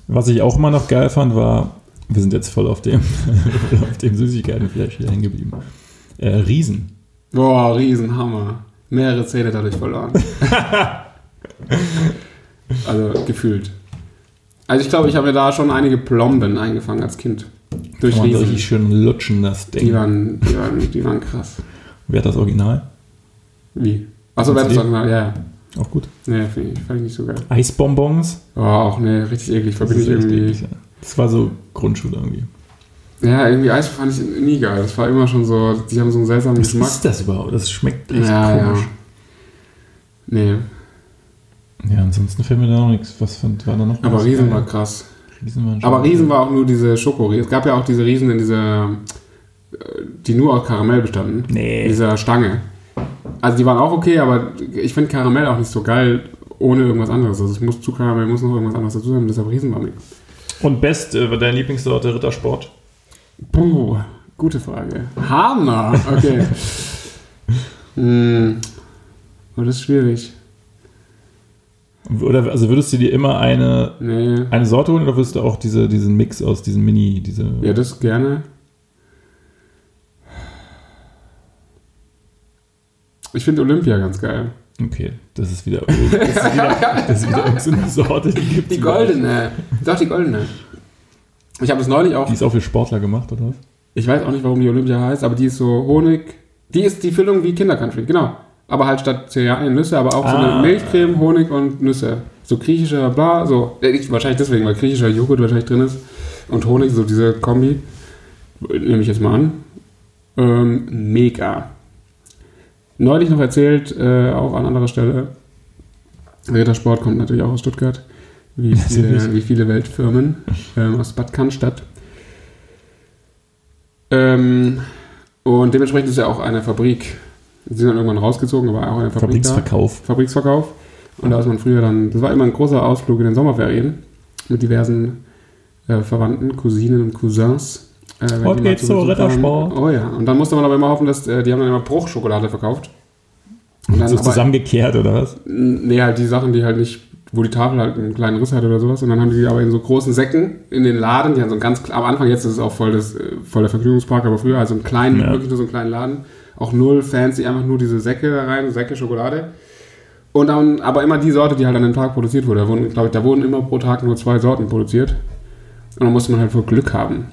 Speaker 2: Was ich auch immer noch geil fand, war, wir sind jetzt voll auf dem, auf dem Süßigkeitenfleisch hier hängen geblieben. Äh, Riesen.
Speaker 3: Boah, Riesenhammer. Mehrere Zähne dadurch verloren. also gefühlt. Also ich glaube, ich habe mir da schon einige Plomben eingefangen als Kind. Durch
Speaker 2: Kann man so
Speaker 3: Riesen.
Speaker 2: richtig schön lutschen, das Ding.
Speaker 3: Die waren, die, waren, die waren krass.
Speaker 2: Wer hat das Original?
Speaker 3: Wie? Achso,
Speaker 2: Kennst du
Speaker 3: Websong, ja, ja.
Speaker 2: Auch gut.
Speaker 3: Nee, finde ich, fand ich nicht so geil.
Speaker 2: Eisbonbons.
Speaker 3: Oh, auch nee, richtig eklig. Verbinde ich
Speaker 2: ist echt
Speaker 3: irgendwie.
Speaker 2: eklig, ja. das war so Grundschule irgendwie.
Speaker 3: Ja, irgendwie Eis fand ich nie geil. Das war immer schon so, die haben so einen seltsamen
Speaker 2: Was
Speaker 3: Geschmack.
Speaker 2: ist das überhaupt? Das schmeckt echt
Speaker 3: Ja, ja.
Speaker 2: komisch.
Speaker 3: Nee,
Speaker 2: Ja. ansonsten fällt mir da noch nichts. Was fand, war da noch?
Speaker 3: aber
Speaker 2: was?
Speaker 3: Riesen war krass.
Speaker 2: Riesen waren schon-
Speaker 3: Aber Riesen war auch nur diese Schoko. Es gab ja auch diese Riesen in dieser, äh, die nur aus Karamell bestanden. In
Speaker 2: Nee.
Speaker 3: dieser Stange. Also die waren auch okay, aber ich finde Karamell auch nicht so geil ohne irgendwas anderes. Also es muss zu Karamell muss noch irgendwas anderes dazu sein, deshalb Riesen war nichts.
Speaker 2: Und Best, äh, dein Lieblingssorte Rittersport?
Speaker 3: Puh, gute Frage. Hammer, okay. hm. Oh, das ist schwierig.
Speaker 2: Oder also würdest du dir immer eine,
Speaker 3: Nee.
Speaker 2: eine Sorte holen oder würdest du auch diese, diesen Mix aus diesen Mini, diese.
Speaker 3: Ja, das gerne. Ich finde Olympia ganz geil.
Speaker 2: Okay, das ist wieder. Das ist wieder, das ist wieder irgendeine Sorte, die gibt
Speaker 3: Die goldene. Doch, die goldene. Ich habe es neulich auch.
Speaker 2: Die ist auch für Sportler gemacht, oder? was?
Speaker 3: Ich weiß auch nicht, warum die Olympia heißt, aber die ist so Honig. Die ist die Füllung wie Kinder Country, genau. Aber halt statt Cerealien Nüsse, aber auch so
Speaker 2: Ah.
Speaker 3: eine Milchcreme, Honig und Nüsse. So griechischer, bla, so. Äh, Ich, wahrscheinlich deswegen, weil griechischer Joghurt wahrscheinlich drin ist. Und Honig, so diese Kombi. Nehme ich jetzt mal an. Ähm, mega. Neulich noch erzählt, äh, auch an anderer Stelle. Rittersport kommt natürlich auch aus Stuttgart. Wie
Speaker 2: Natürlich.
Speaker 3: viele, wie viele Weltfirmen ähm, aus Bad Cannstatt. Ähm, und dementsprechend ist ja auch eine Fabrik. Sie sind dann irgendwann rausgezogen, aber auch eine Fabrik da.
Speaker 2: Fabriksverkauf.
Speaker 3: Fabriksverkauf. Und da ist man früher dann, das war immer ein großer Ausflug in den Sommerferien mit diversen äh, Verwandten, Cousinen und Cousins. Äh, wenn
Speaker 2: Heute
Speaker 3: die mal
Speaker 2: geht's
Speaker 3: Besuch
Speaker 2: zu Rittersport.
Speaker 3: kamen. Oh ja, und dann musste man aber immer hoffen, dass äh, die haben dann immer Bruchschokolade verkauft. Und dann
Speaker 2: So
Speaker 3: aber-
Speaker 2: zusammengekehrt, oder was?
Speaker 3: Nee, halt die Sachen, die halt nicht, wo die Tafel halt einen kleinen Riss hat oder sowas. Und dann haben die die aber in so großen Säcken in den Laden, die haben so einen ganz, kle- am Anfang, jetzt ist es auch voll, das, äh, voll der Vergnügungspark, aber früher also einen kleinen,
Speaker 2: Ja.
Speaker 3: wirklich nur so einen kleinen Laden. Auch null fancy, einfach nur diese Säcke da rein, Säcke Schokolade. Und dann, aber immer die Sorte, die halt an dem Tag produziert wurde. Da wurden, glaube ich, da wurden immer pro Tag nur zwei Sorten produziert. Und dann musste man halt voll Glück haben.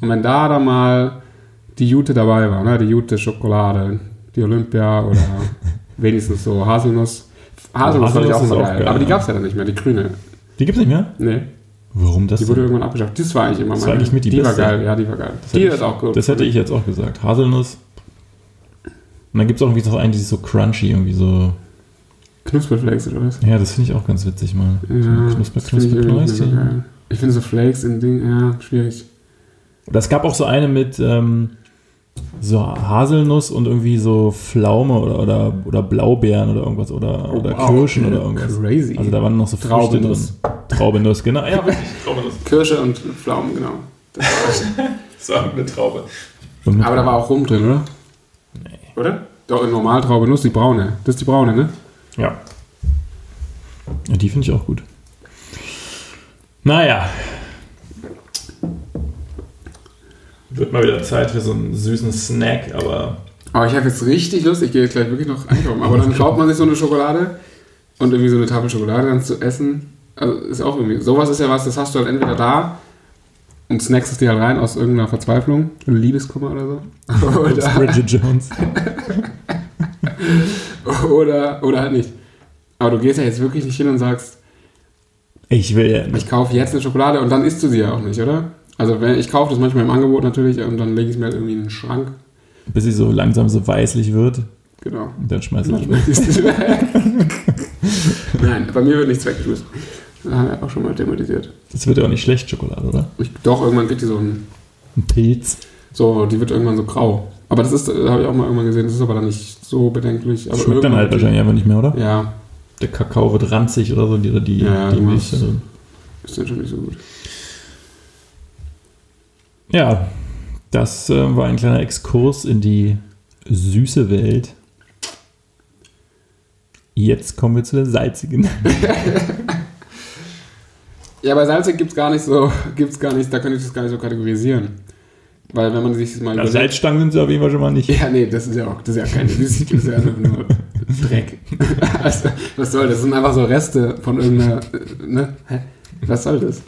Speaker 3: Und wenn da dann mal die Jute dabei war, ne? die Jute Schokolade, die Olympia oder wenigstens so Haselnuss. Haselnuss fand ich auch
Speaker 2: Haselnuss
Speaker 3: mal
Speaker 2: ist
Speaker 3: geil.
Speaker 2: auch geil,
Speaker 3: Aber die
Speaker 2: ja.
Speaker 3: gab es ja dann nicht mehr, die grüne.
Speaker 2: Die gibt's nicht mehr?
Speaker 3: Nee,
Speaker 2: Warum das?
Speaker 3: die wurde
Speaker 2: denn?
Speaker 3: irgendwann abgeschafft. Das war eigentlich immer
Speaker 2: Das
Speaker 3: meine.
Speaker 2: war eigentlich mit die
Speaker 3: war
Speaker 2: beste.
Speaker 3: geil, ja, die war geil.
Speaker 2: hätte
Speaker 3: die
Speaker 2: ich-
Speaker 3: ist auch gut.
Speaker 2: Das hätte ich jetzt auch gesagt. Haselnuss. Und dann gibt's auch irgendwie noch eine, die ist so crunchy, irgendwie so.
Speaker 3: Knusperflakes oder was?
Speaker 2: Ja, das finde ich auch ganz witzig mal.
Speaker 3: Ja,
Speaker 2: Knusper,
Speaker 3: das finde ich
Speaker 2: knusper,
Speaker 3: irgendwie nicht mehr so
Speaker 2: Knäuschen.
Speaker 3: geil. Ich finde so Flakes in Ding, ja, schwierig.
Speaker 2: Oder es gab auch so eine mit ähm, so Haselnuss und irgendwie so Pflaume oder, oder, oder Blaubeeren oder irgendwas oder, oder
Speaker 3: wow.
Speaker 2: Kirschen oder irgendwas.
Speaker 3: Crazy.
Speaker 2: Also da waren noch so Früchte drin.
Speaker 3: Traubenuss.
Speaker 2: Traubenuss, genau. Ja, wirklich, Traubenuss.
Speaker 3: Kirsche und Pflaumen, genau.
Speaker 2: Das war eine Traube.
Speaker 3: Aber da war auch Rum drin, oder? Nee. Oder? Doch, in Normaltraube Nuss, die braune. Das ist die braune, ne?
Speaker 2: Ja. ja die finde ich auch gut. Naja. Wird mal wieder Zeit für so einen süßen Snack, aber
Speaker 3: Aber ich habe jetzt richtig Lust, ich gehe jetzt gleich wirklich noch einkaufen. Aber dann kauft man sich so eine Schokolade und irgendwie so eine Tafel Schokolade dann zu essen. Also ist auch irgendwie. Sowas ist ja was, das hast du halt entweder da und snackst es dir halt rein aus irgendeiner Verzweiflung, Liebeskummer oder so. Oder,
Speaker 2: Bridget Jones.
Speaker 3: oder, oder halt nicht. Aber du gehst ja jetzt wirklich nicht hin und sagst,
Speaker 2: Ich will ja nicht.
Speaker 3: ich kaufe jetzt eine Schokolade und dann isst du sie ja auch nicht, oder? Also wenn, ich kaufe das manchmal im Angebot natürlich und dann lege ich es mir halt irgendwie in den Schrank.
Speaker 2: Bis sie so langsam so weißlich wird,
Speaker 3: Genau.
Speaker 2: und dann schmeiße ich
Speaker 3: Manchmal siehst du- Nein, bei mir wird nichts weggeschmissen. Das haben wir auch schon mal thematisiert.
Speaker 2: Das wird ja auch nicht schlecht, Schokolade, oder?
Speaker 3: Ich, doch, irgendwann kriegt die so ein.
Speaker 2: Ein Pilz.
Speaker 3: So, die wird irgendwann so grau. Aber das ist, äh, habe ich auch mal irgendwann gesehen, das ist aber dann nicht so bedenklich. Aber
Speaker 2: Das schmeckt dann halt
Speaker 3: irgendwann-
Speaker 2: wahrscheinlich einfach nicht mehr, oder?
Speaker 3: Ja,
Speaker 2: Der Kakao wird ranzig oder so, die, die,
Speaker 3: Ja,
Speaker 2: die
Speaker 3: du
Speaker 2: Milch.
Speaker 3: machst-
Speaker 2: Also.
Speaker 3: ist dann schon nicht so gut.
Speaker 2: Ja, das äh, war ein kleiner Exkurs in die süße Welt. Jetzt kommen wir zu der salzigen.
Speaker 3: Ja, bei Salzig gibt es gar nicht so, gibt's gar nicht, da könnte ich das gar nicht so kategorisieren. Weil wenn man sich das mal
Speaker 2: Also
Speaker 3: überlegt-
Speaker 2: Salzstangen sind sie auf jeden Fall schon mal nicht.
Speaker 3: Ja, nee, das ist ja auch, das ist ja kein, das ist das ist ja einfach nur Dreck. Also, was soll das? Das sind einfach so Reste von irgendeiner, äh, ne? Hä? Was soll das?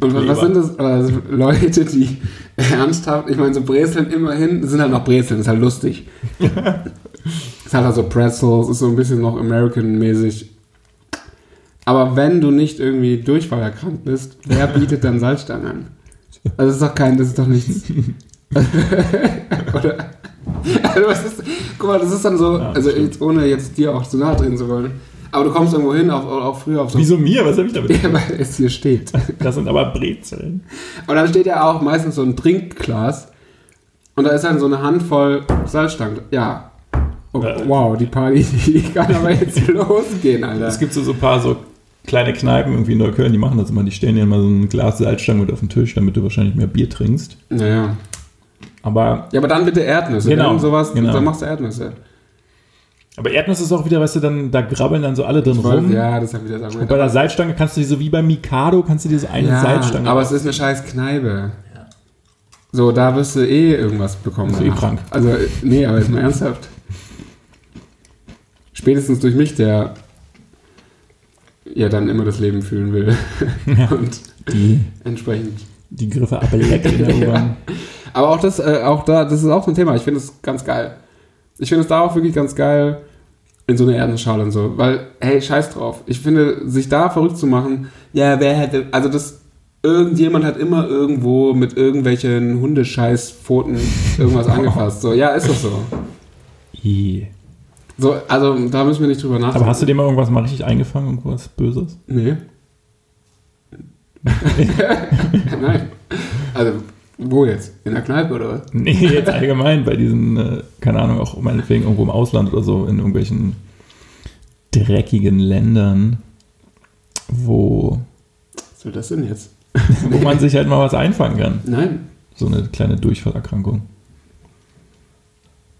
Speaker 3: Und was, was sind das also Leute, die ernsthaft, ich meine, so Brezeln immerhin, sind halt noch Brezeln, ist halt lustig. ist halt also Pretzels, ist so ein bisschen noch American-mäßig. Aber wenn du nicht irgendwie Durchfall erkrankt bist, wer bietet dann Salzstangen an? Also das ist doch kein, das ist doch nichts. Oder? Also was ist, guck mal, das ist dann so,
Speaker 2: Ja,
Speaker 3: also
Speaker 2: stimmt.
Speaker 3: jetzt, ohne jetzt dir auch zu nahe treten zu wollen. Aber du kommst irgendwo hin, auch, auch früher auf so
Speaker 2: Wieso mir? Was habe ich damit?
Speaker 3: Ja, weil es hier steht.
Speaker 2: Das sind aber Brezeln.
Speaker 3: Und dann steht ja auch meistens so ein Trinkglas. Und da ist dann so eine Handvoll Salzstangen. Ja. Oh,
Speaker 2: Äh.
Speaker 3: wow, die Party, die kann aber jetzt losgehen, Alter.
Speaker 2: Es gibt so, so ein paar so kleine Kneipen irgendwie in Neukölln, die machen das immer. Die stellen dir immer so ein Glas Salzstangen mit auf den Tisch, damit du wahrscheinlich mehr Bier trinkst.
Speaker 3: Naja.
Speaker 2: Aber,
Speaker 3: Ja, aber dann bitte Erdnüsse.
Speaker 2: Genau,
Speaker 3: Wenn sowas,
Speaker 2: genau.
Speaker 3: dann machst du Erdnüsse.
Speaker 2: aber Erdnuss ist auch wieder, weißt du, dann, da grabbeln dann so alle drin
Speaker 3: Weil,
Speaker 2: rum.
Speaker 3: ja, das hat wieder das
Speaker 2: Bei
Speaker 3: Argument.
Speaker 2: der Salzstange kannst du dir so wie bei Mikado, kannst du dir so eine Salzstange.
Speaker 3: aber es ist eine scheiß Kneipe. So, da wirst du eh irgendwas bekommen.
Speaker 2: Bist du eh
Speaker 3: danach.
Speaker 2: krank.
Speaker 3: Also, äh, nee, aber jetzt mal ernsthaft. Spätestens durch mich, der ja dann immer das Leben fühlen will. Und
Speaker 2: die,
Speaker 3: entsprechend.
Speaker 2: die Griffe ablecken in der U-Bahn.
Speaker 3: Aber auch das, äh, auch da, das ist auch so ein Thema. Ich finde es ganz geil. Ich finde es da auch wirklich ganz geil in so einer Erdenschale und so. Weil, hey, scheiß drauf. Ich finde, sich da verrückt zu machen, ja, wer hätte, also das, irgendjemand hat immer irgendwo mit irgendwelchen Hundescheißpfoten irgendwas angefasst. So, ja, ist doch so.
Speaker 2: Ih.
Speaker 3: so. Also, da müssen wir nicht drüber nachdenken.
Speaker 2: Aber hast du dir mal irgendwas mal richtig eingefangen, irgendwas Böses?
Speaker 3: Nee. Nein. Also, wo jetzt? In der Kneipe oder was?
Speaker 2: Nee, jetzt allgemein bei diesen, äh, keine Ahnung, auch meinetwegen irgendwo im Ausland oder so, in irgendwelchen dreckigen Ländern, wo,
Speaker 3: Was soll das denn jetzt?
Speaker 2: wo man sich halt mal was einfangen kann.
Speaker 3: Nein.
Speaker 2: So eine kleine Durchfallerkrankung.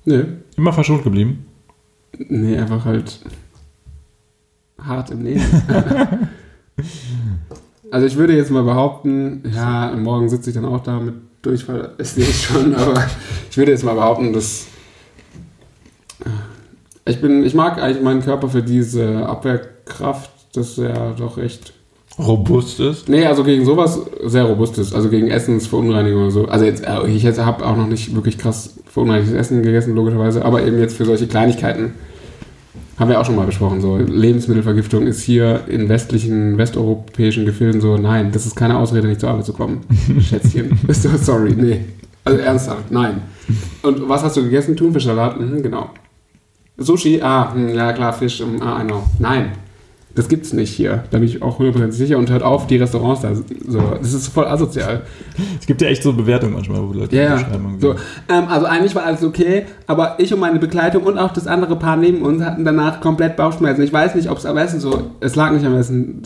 Speaker 3: Nee.
Speaker 2: Immer verschont geblieben.
Speaker 3: Nee, einfach halt hart im Leben. also ich würde jetzt mal behaupten, ja, morgen sitze ich dann auch da mit Durchfall, das sehe ich schon, aber ich würde jetzt mal behaupten, dass äh, ich bin, ich mag eigentlich meinen Körper für diese Abwehrkraft, dass er doch echt,
Speaker 4: Robust ist.
Speaker 3: nee, also gegen sowas sehr robust ist, also gegen Essensverunreinigung oder so. Also jetzt, äh, ich jetzt habe auch noch nicht wirklich krass verunreinigtes Essen gegessen, logischerweise, aber eben jetzt für solche Kleinigkeiten. Haben wir auch schon mal besprochen, so Lebensmittelvergiftung ist hier in westlichen, westeuropäischen Gefilden so, nein, das ist keine Ausrede, nicht zur Arbeit zu kommen. Schätzchen. Bist du sorry, nee. Also ernsthaft, nein. Und was hast du gegessen? Thunfischsalat? Mhm, genau. Sushi? Ah, hm, ja klar, Fisch. hm, Ah, I know. Nein. Das gibt's nicht hier. Da bin ich auch 100% sicher und hört auf, die Restaurants da so. Das ist voll asozial.
Speaker 2: Es gibt ja echt so Bewertungen manchmal, wo Leute
Speaker 3: Ja, ja.
Speaker 2: so schreiben. irgendwie.
Speaker 3: So, ähm, also eigentlich war alles okay, aber ich und meine Begleitung und auch das andere Paar neben uns hatten danach komplett Bauchschmerzen. Ich weiß nicht, ob es am Essen so, es lag nicht am Essen.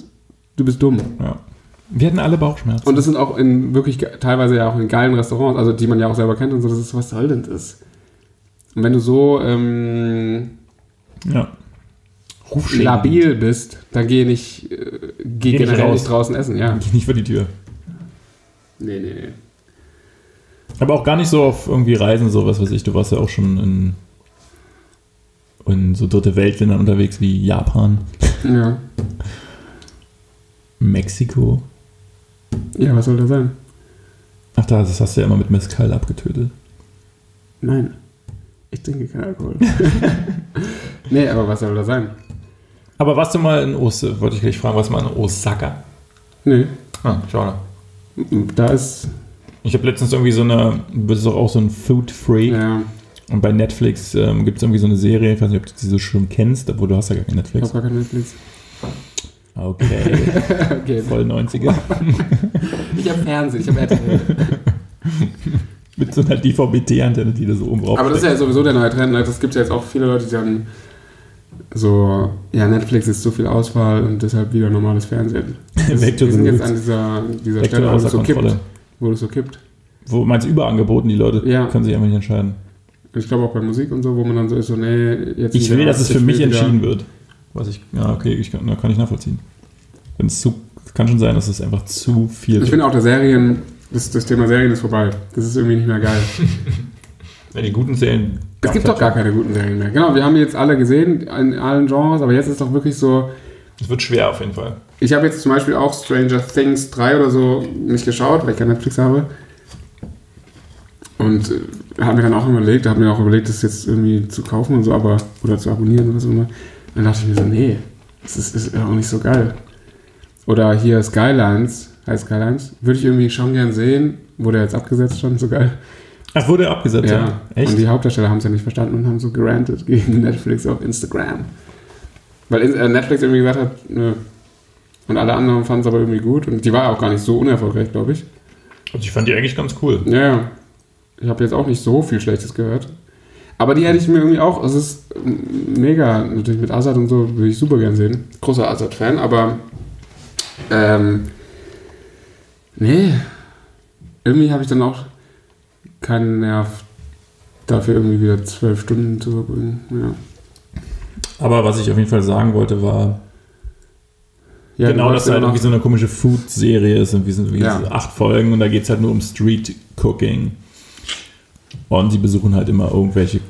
Speaker 3: Du bist dumm.
Speaker 2: Ja. Wir hatten alle Bauchschmerzen.
Speaker 3: Und das sind auch in wirklich ge- teilweise ja auch in geilen Restaurants, also die man ja auch selber kennt und so. Das ist was soll denn das? Und wenn du so ähm,
Speaker 2: ja. Rufschäden.
Speaker 3: labil bist, dann geh nicht, äh, geh,
Speaker 2: nicht
Speaker 3: generell
Speaker 2: raus.
Speaker 3: nicht draußen essen. Ja.
Speaker 2: Geh nicht vor die Tür.
Speaker 3: Nee, nee, nee.
Speaker 2: Aber auch gar nicht so auf irgendwie Reisen, so was weiß ich. Du warst ja auch schon in, in so dritte Weltländern unterwegs wie Japan,
Speaker 3: Ja.
Speaker 2: Mexiko.
Speaker 3: ja, was soll das sein?
Speaker 2: Ach, da, das hast du ja immer mit Mezcal abgetötet.
Speaker 3: Nein. Ich trinke keinen Alkohol. nee, aber was soll das sein?
Speaker 2: Aber warst du mal in Osaka? Wollte ich gleich fragen, warst du mal in Osaka?
Speaker 3: Nee,
Speaker 2: Ah, schade.
Speaker 3: da ist.
Speaker 2: Ich habe letztens irgendwie so eine, das ist doch auch so ein Food Freak.
Speaker 3: Ja,
Speaker 2: Und bei Netflix ähm, gibt es irgendwie so eine Serie, ich weiß nicht, ob du diese schon kennst, obwohl du hast ja gar kein
Speaker 3: ich hab
Speaker 2: Netflix.
Speaker 3: gar keinen Netflix.
Speaker 2: Okay,
Speaker 3: Okay,
Speaker 2: voll 90er.
Speaker 3: ich hab Fernsehen, ich hab RTL.
Speaker 2: Mit so einer DVB-T-Antenne, die da so oben drauf
Speaker 3: Aber das ist ja sowieso der neue Trend. ne? Das gibt ja jetzt auch viele Leute, die dann so, ja, Netflix ist so viel Auswahl und deshalb wieder normales Fernsehen. Das,
Speaker 2: Back to
Speaker 3: wir
Speaker 2: the
Speaker 3: sind jetzt
Speaker 2: roots.
Speaker 3: an dieser, dieser
Speaker 2: Back to
Speaker 3: Stelle, wo
Speaker 2: außer
Speaker 3: das so
Speaker 2: Kontrolle.
Speaker 3: kippt. Wo das so kippt.
Speaker 2: Wo meinst du überangeboten, die Leute
Speaker 3: Ja.
Speaker 2: können sich einfach nicht entscheiden.
Speaker 3: Und ich glaube auch bei Musik und so, wo man dann so ist, so, nee, jetzt.
Speaker 2: Ich will,
Speaker 3: wieder-
Speaker 2: dass es für
Speaker 3: ich
Speaker 2: mich
Speaker 3: will wieder-
Speaker 2: entschieden wird. Was ich, ja, okay, ich kann, na, kann ich nachvollziehen. Wenn es zu, kann schon sein, dass es einfach zu viel
Speaker 3: Ich
Speaker 2: wird.
Speaker 3: finde auch, der Serien, das, das Thema Serien ist vorbei. Das ist irgendwie nicht mehr geil.
Speaker 2: Ja, die guten Serien.
Speaker 3: Es gibt doch gar keine guten Serien mehr. Genau, wir haben jetzt alle gesehen, in allen Genres, aber jetzt ist doch wirklich so,
Speaker 2: Es wird schwer auf jeden Fall.
Speaker 3: Ich habe jetzt zum Beispiel auch Stranger Things 3 oder so nicht geschaut, weil ich kein Netflix habe. Und äh, habe mir dann auch überlegt, habe mir auch überlegt, das jetzt irgendwie zu kaufen und so, aber oder zu abonnieren oder so immer. Dann dachte ich mir so, nee, das ist, ist auch nicht so geil. Oder hier Skylines, heißt Karl-Heinz. Würde ich irgendwie schon gern sehen. Wurde er jetzt abgesetzt schon, so geil.
Speaker 2: Ach, wurde er abgesetzt?
Speaker 3: Ja,
Speaker 2: Echt?
Speaker 3: und die Hauptdarsteller haben es ja nicht verstanden und haben so gerantet gegen Netflix auf Instagram. Weil äh, Netflix irgendwie gesagt hat, nö. Und alle anderen fanden es aber irgendwie gut. Und die war auch gar nicht so unerfolgreich, glaube ich.
Speaker 2: Also ich fand die eigentlich ganz cool.
Speaker 3: Ja, ja. Ich habe jetzt auch nicht so viel Schlechtes gehört. Aber die hätte ich mir irgendwie auch, es ist ähm, mega, natürlich mit Azad und so, würde ich super gern sehen. Großer Azad-Fan, aber ähm, nee, irgendwie habe ich dann auch keinen Nerv dafür irgendwie wieder zwölf Stunden zu verbringen. Ja.
Speaker 2: Aber was ich auf jeden Fall sagen wollte, war
Speaker 3: Ja,
Speaker 2: genau,
Speaker 3: du
Speaker 2: dass
Speaker 3: hast
Speaker 2: da halt
Speaker 3: immer noch-
Speaker 2: irgendwie so eine komische Food-Serie ist und wie sind wie
Speaker 3: Ja.
Speaker 2: so acht Folgen und da geht es halt nur um Street-Cooking. Und sie besuchen halt immer irgendwelche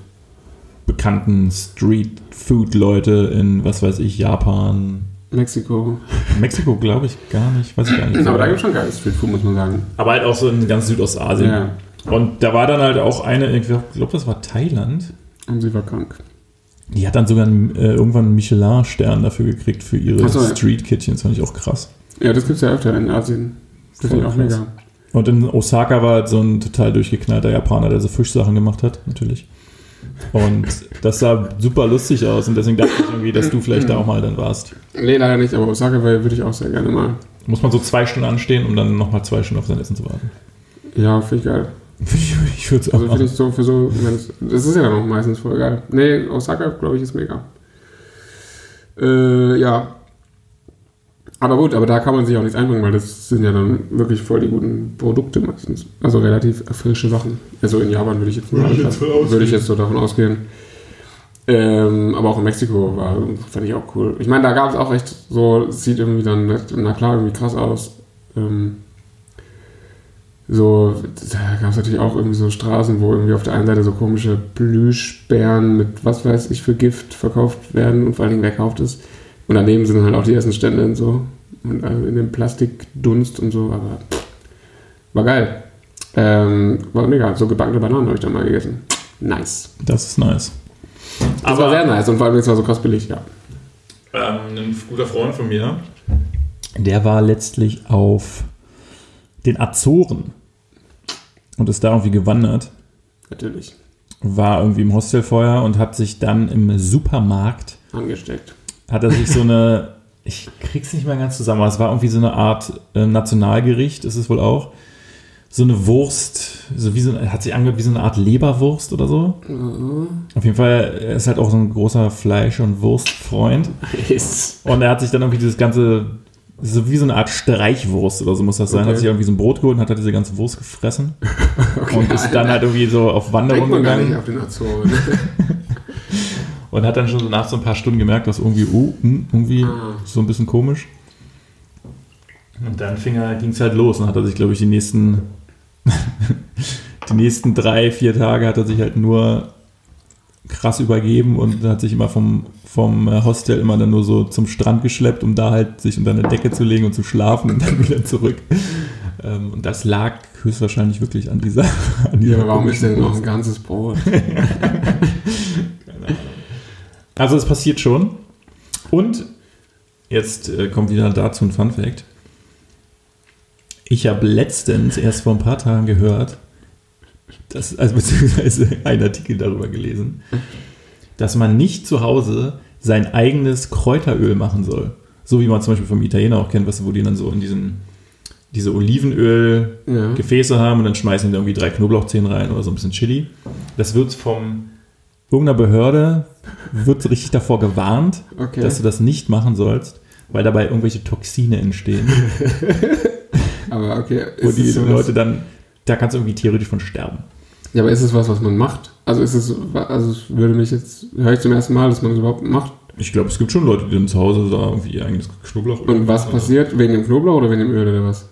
Speaker 2: bekannten Street-Food-Leute in, was weiß ich, Japan.
Speaker 3: Mexiko. Also
Speaker 2: Mexiko glaube ich gar nicht, weiß ich gar nicht.
Speaker 3: Aber Genau, da gibt es schon geiles Streetfood, muss man sagen.
Speaker 2: Aber halt auch so in ganz Südostasien.
Speaker 3: Ja,
Speaker 2: Und da war dann halt auch eine, ich glaube, das war Thailand.
Speaker 3: und sie war krank.
Speaker 2: Die hat dann sogar einen, äh, irgendwann einen Michelin-Stern dafür gekriegt für ihre
Speaker 3: Ach so, ja.
Speaker 2: Street-Kitchen. Das fand ich auch krass.
Speaker 3: Ja, das gibt es ja öfter in Asien.
Speaker 2: Voll
Speaker 3: Das finde ich auch
Speaker 2: krass.
Speaker 3: mega.
Speaker 2: Und in Osaka war halt so ein total durchgeknallter Japaner, der so Fischsachen gemacht hat, natürlich. Und das sah super lustig aus und deswegen dachte ich irgendwie, dass du vielleicht da auch mal dann warst.
Speaker 3: Nee, leider nicht, aber Osaka wäre- würde ich auch sehr gerne mal.
Speaker 2: Muss man so zwei Stunden anstehen, um dann nochmal zwei Stunden auf sein Essen zu warten.
Speaker 3: Ja, finde ich geil.
Speaker 2: Ich, ich würde es auch
Speaker 3: Also finde
Speaker 2: machen.
Speaker 3: ich so für so. wenn es- Das ist ja dann auch meistens voll geil. Nee, Osaka, glaube ich, ist mega. Äh, ja. Aber gut, aber da kann man sich auch nichts einbringen, weil das sind ja dann wirklich voll die guten Produkte meistens. Also relativ frische Sachen. Also in Japan würde ich jetzt, mal
Speaker 2: Würde ich jetzt
Speaker 3: sagen,
Speaker 2: voll ausgehen.
Speaker 3: würde ich jetzt so davon ausgehen. Ähm, aber auch in Mexiko war, fand ich auch cool. Ich meine, da gab es auch echt so, es sieht irgendwie dann, na klar, irgendwie krass aus. Ähm, so, da gab es natürlich auch irgendwie so Straßen, wo irgendwie auf der einen Seite so komische Plüschbären mit was weiß ich für Gift verkauft werden und vor allen Dingen wer kauft es. Und daneben sind dann halt auch die ersten Stände und so. Und also in dem Plastikdunst und so, aber pff, war geil. Ähm, war mega. So gebackene Bananen habe ich dann mal gegessen. Nice.
Speaker 2: Das ist nice.
Speaker 3: Das war sehr nice und vor allem, es war so krass billig, ja.
Speaker 2: Ähm, ein guter Freund von mir. Der war letztlich auf den Azoren und ist da irgendwie gewandert,
Speaker 3: Natürlich.
Speaker 2: war irgendwie im Hostelfeuer und hat sich dann im Supermarkt,
Speaker 3: Angesteckt.
Speaker 2: hat er sich so eine, ich krieg's nicht mehr ganz zusammen, aber es war irgendwie so eine Art äh, Nationalgericht, ist es wohl auch, so eine Wurst, so wie so, eine- hat sich angehört wie so eine Art Leberwurst oder so.
Speaker 3: Mhm.
Speaker 2: Auf jeden Fall, er ist halt auch so ein großer Fleisch- und Wurstfreund.
Speaker 3: Nice.
Speaker 2: Und er hat sich dann irgendwie dieses ganze, so wie so eine Art Streichwurst oder so muss das sein,
Speaker 3: Okay.
Speaker 2: hat sich irgendwie so ein Brot geholt und hat halt diese ganze Wurst gefressen
Speaker 3: Okay.
Speaker 2: und ist dann halt irgendwie so auf
Speaker 3: Denkt
Speaker 2: Wanderung
Speaker 3: man gar nicht
Speaker 2: gegangen
Speaker 3: auf den Azoren.
Speaker 2: und hat dann schon so nach so ein paar Stunden gemerkt, dass irgendwie, oh, hm, irgendwie
Speaker 3: Ah.
Speaker 2: so ein bisschen komisch. Und dann ging es halt los und hat er sich, glaube ich, die nächsten, die nächsten drei, vier Tage hat er sich halt nur krass übergeben und hat sich immer vom, vom äh, Hostel immer dann nur so zum Strand geschleppt, um da halt sich unter eine Decke zu legen und zu schlafen und dann wieder zurück. Ähm, und das lag höchstwahrscheinlich wirklich an dieser. An
Speaker 3: Ja, aber warum ist
Speaker 2: komischen
Speaker 3: denn noch
Speaker 2: Wurst.
Speaker 3: ein ganzes Brot?
Speaker 2: Also es passiert schon. Und jetzt äh, kommt wieder dazu ein Fun Fact. Ich habe letztens erst vor ein paar Tagen gehört, dass, also beziehungsweise einen Artikel darüber gelesen, dass man nicht zu Hause sein eigenes Kräuteröl machen soll. So wie man zum Beispiel vom Italiener auch kennt, was, wo die dann so in diesen diese Olivenöl
Speaker 3: Ja.
Speaker 2: Gefäße haben und dann schmeißen die da irgendwie drei Knoblauchzehen rein oder so ein bisschen Chili. Das wird vom irgendeiner Behörde wird richtig davor gewarnt,
Speaker 3: Okay.
Speaker 2: dass du das nicht machen sollst, weil dabei irgendwelche Toxine entstehen,
Speaker 3: aber okay.
Speaker 2: wo
Speaker 3: ist
Speaker 2: die
Speaker 3: es so, dass-
Speaker 2: Leute dann da kannst du irgendwie theoretisch von sterben.
Speaker 3: Ja, aber ist es was, was man macht? Also ist es, also es würde mich jetzt, höre ich zum ersten Mal, dass man es überhaupt macht.
Speaker 2: Ich glaube, es gibt schon Leute, die dann zu Hause da irgendwie ihr eigenes Knoblauch
Speaker 3: Und was passiert? Wegen dem Knoblauch oder wegen dem Öl oder was?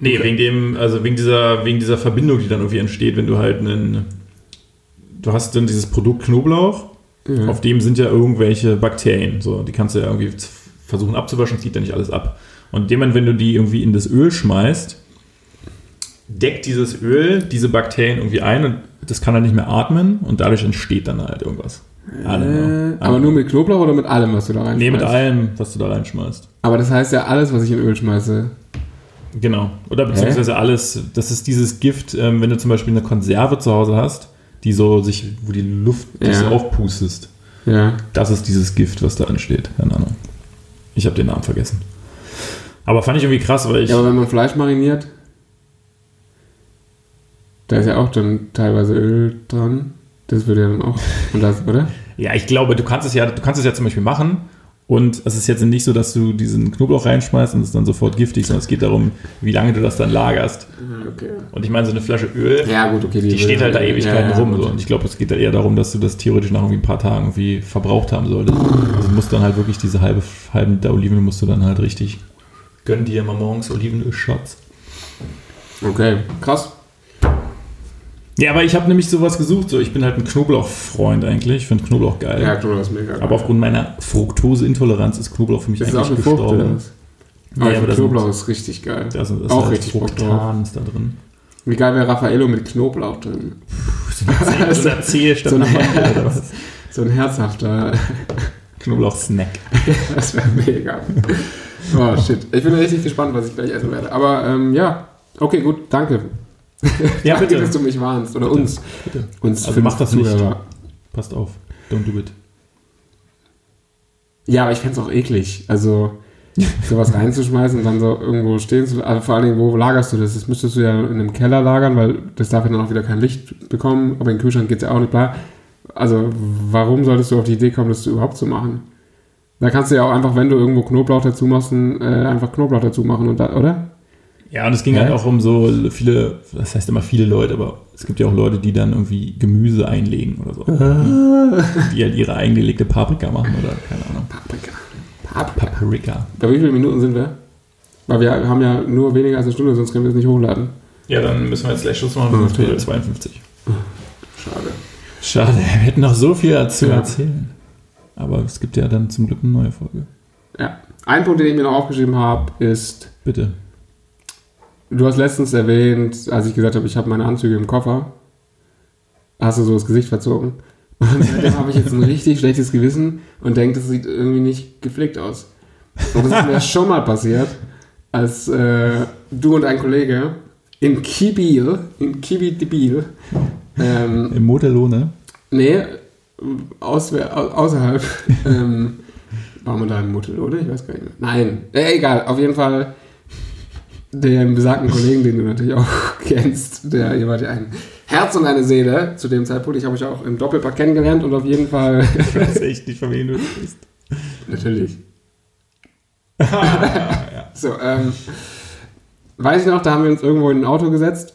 Speaker 2: Nee, wegen dem, also wegen dieser, wegen dieser Verbindung, die dann irgendwie entsteht, wenn du halt einen. Du hast dann dieses Produkt Knoblauch,
Speaker 3: Ja.
Speaker 2: auf dem sind ja irgendwelche Bakterien. So, die kannst du ja irgendwie z- versuchen abzuwaschen, zieht ja nicht alles ab. Und in dem Moment, wenn du die irgendwie in das Öl schmeißt, deckt dieses Öl diese Bakterien irgendwie ein und das kann dann nicht mehr atmen und dadurch entsteht dann halt irgendwas. Alle,
Speaker 3: Äh, aber nur mit Knoblauch oder mit allem, was du da reinschmeißt?
Speaker 2: Nee, mit allem, was du da reinschmeißt.
Speaker 3: Aber das heißt ja alles, was ich in Öl schmeiße.
Speaker 2: Genau. Oder beziehungsweise alles, das ist dieses Gift, ähm, wenn du zum Beispiel eine Konserve zu Hause hast, die so sich, wo die Luft
Speaker 3: Ja.
Speaker 2: so aufpustest.
Speaker 3: Ja.
Speaker 2: Das ist dieses Gift, was da entsteht. Keine Ahnung. Ich habe den Namen vergessen. Aber fand ich irgendwie krass, weil ich.
Speaker 3: Ja, aber wenn man Fleisch mariniert, da ist ja auch dann teilweise Öl dran. Das würde ja dann auch. Und das, oder?
Speaker 2: Ja, ich glaube, du kannst es ja, du kannst es ja zum Beispiel machen. Und es ist jetzt nicht so, dass du diesen Knoblauch reinschmeißt und es dann sofort giftig, sondern es geht darum, wie lange du das dann lagerst.
Speaker 3: Okay.
Speaker 2: Und ich meine, so eine Flasche Öl,
Speaker 3: Ja, gut, okay.
Speaker 2: die steht halt da Ewigkeiten
Speaker 3: ja, ja,
Speaker 2: rum.
Speaker 3: gut.
Speaker 2: So. Und ich glaube, es geht da eher darum, dass du das theoretisch nach irgendwie ein paar Tagen irgendwie verbraucht haben solltest. Also du musst dann halt wirklich diese halbe, halben der Olivenöl musst du dann halt richtig. Gönn dir mal morgens Olivenöl-Shots.
Speaker 3: Okay, krass.
Speaker 2: Ja, aber ich habe nämlich sowas gesucht. So, ich bin halt ein Knoblauchfreund eigentlich. Ich finde Knoblauch geil.
Speaker 3: Ja, Knoblauch ist mega.
Speaker 2: Aber aufgrund meiner Fructoseintoleranz ist Knoblauch für mich
Speaker 3: das ist auch
Speaker 2: eigentlich
Speaker 3: eine Frucht, oder
Speaker 2: gestorben.
Speaker 3: was?
Speaker 2: Nee,
Speaker 3: Aber
Speaker 2: aber
Speaker 3: ja,
Speaker 2: das
Speaker 3: Knoblauch ist richtig geil.
Speaker 2: Da sind das
Speaker 3: Auch
Speaker 2: halt
Speaker 3: richtig Bock drauf.
Speaker 2: Fruktan ist da drin.
Speaker 3: Wie geil wäre Raffaello mit Knoblauch drin?
Speaker 2: Also da Zehe statt
Speaker 3: so
Speaker 2: einer
Speaker 3: ein-
Speaker 2: Mandel oder was?
Speaker 3: So ein herzhafter.
Speaker 2: Knoblauch-Snack.
Speaker 3: Das wäre mega. Oh shit. Ich bin richtig gespannt, was ich gleich essen werde. Aber ähm, ja, okay, gut, danke.
Speaker 2: Ja,
Speaker 3: danke,
Speaker 2: bitte.
Speaker 3: dass du mich warnst. Oder
Speaker 2: Bitte.
Speaker 3: uns.
Speaker 2: Bitte.
Speaker 3: Uns
Speaker 2: Also
Speaker 3: fünf
Speaker 2: mach das nicht.
Speaker 3: Zuhörer.
Speaker 2: Passt auf. Don't do it.
Speaker 3: Ja, aber ich fände es auch eklig. Also sowas reinzuschmeißen und dann so irgendwo stehen zu. Also vor allen Dingen, wo lagerst du das? Das müsstest du ja in einem Keller lagern, weil das darf ja dann auch wieder kein Licht bekommen. Aber in den Kühlschrank geht's ja auch nicht klar. Also warum solltest du auf die Idee kommen, das überhaupt zu machen? Da kannst du ja auch einfach, wenn du irgendwo Knoblauch dazu machst, ein, äh, einfach Knoblauch dazu machen, und da, oder?
Speaker 2: Ja, und es ging
Speaker 5: Ja.
Speaker 2: halt auch um so viele, das heißt immer viele Leute, aber es gibt ja auch Leute, die dann irgendwie Gemüse einlegen oder so.
Speaker 3: Ah.
Speaker 2: Die halt ihre eingelegte Paprika machen oder keine Ahnung.
Speaker 3: Paprika. Paprika.
Speaker 2: Paprika.
Speaker 3: Bei wie vielen Minuten sind wir? Weil wir haben ja nur weniger als eine Stunde, sonst können wir es nicht hochladen.
Speaker 2: Ja, dann müssen wir jetzt gleich Schluss machen.
Speaker 3: Mhm.
Speaker 2: Sonst wird es 52.
Speaker 3: Schade.
Speaker 2: Schade, wir hätten noch so viel zu
Speaker 3: Ja.
Speaker 2: erzählen. Aber es gibt ja dann zum Glück eine neue Folge.
Speaker 3: Ein Punkt, den ich mir noch aufgeschrieben habe, ist,
Speaker 2: Bitte.
Speaker 3: du hast letztens erwähnt, als ich gesagt habe, ich habe meine Anzüge im Koffer, hast du so das Gesicht verzogen. Und seitdem habe ich jetzt ein richtig schlechtes Gewissen und denke, das sieht irgendwie nicht gepflegt aus. Und das ist mir schon mal passiert, als äh, du und ein Kollege in Kibil, in Kibidibil, ähm,
Speaker 2: Im Modelone.
Speaker 3: Nee, auswer- au- außerhalb ähm, waren wir da im Muttel, oder? Ich weiß gar nicht mehr. Nein, äh, egal, auf jeden Fall dem besagten Kollegen, den du natürlich auch kennst, der ihr wart ja ein Herz und eine Seele zu dem Zeitpunkt. Ich habe euch auch im Doppelpack kennengelernt und auf jeden Fall
Speaker 2: Ich weiß echt nicht, von wem du bist.
Speaker 3: Natürlich.
Speaker 2: Ah,
Speaker 3: So, ähm, weiß ich noch, da haben wir uns irgendwo in ein Auto gesetzt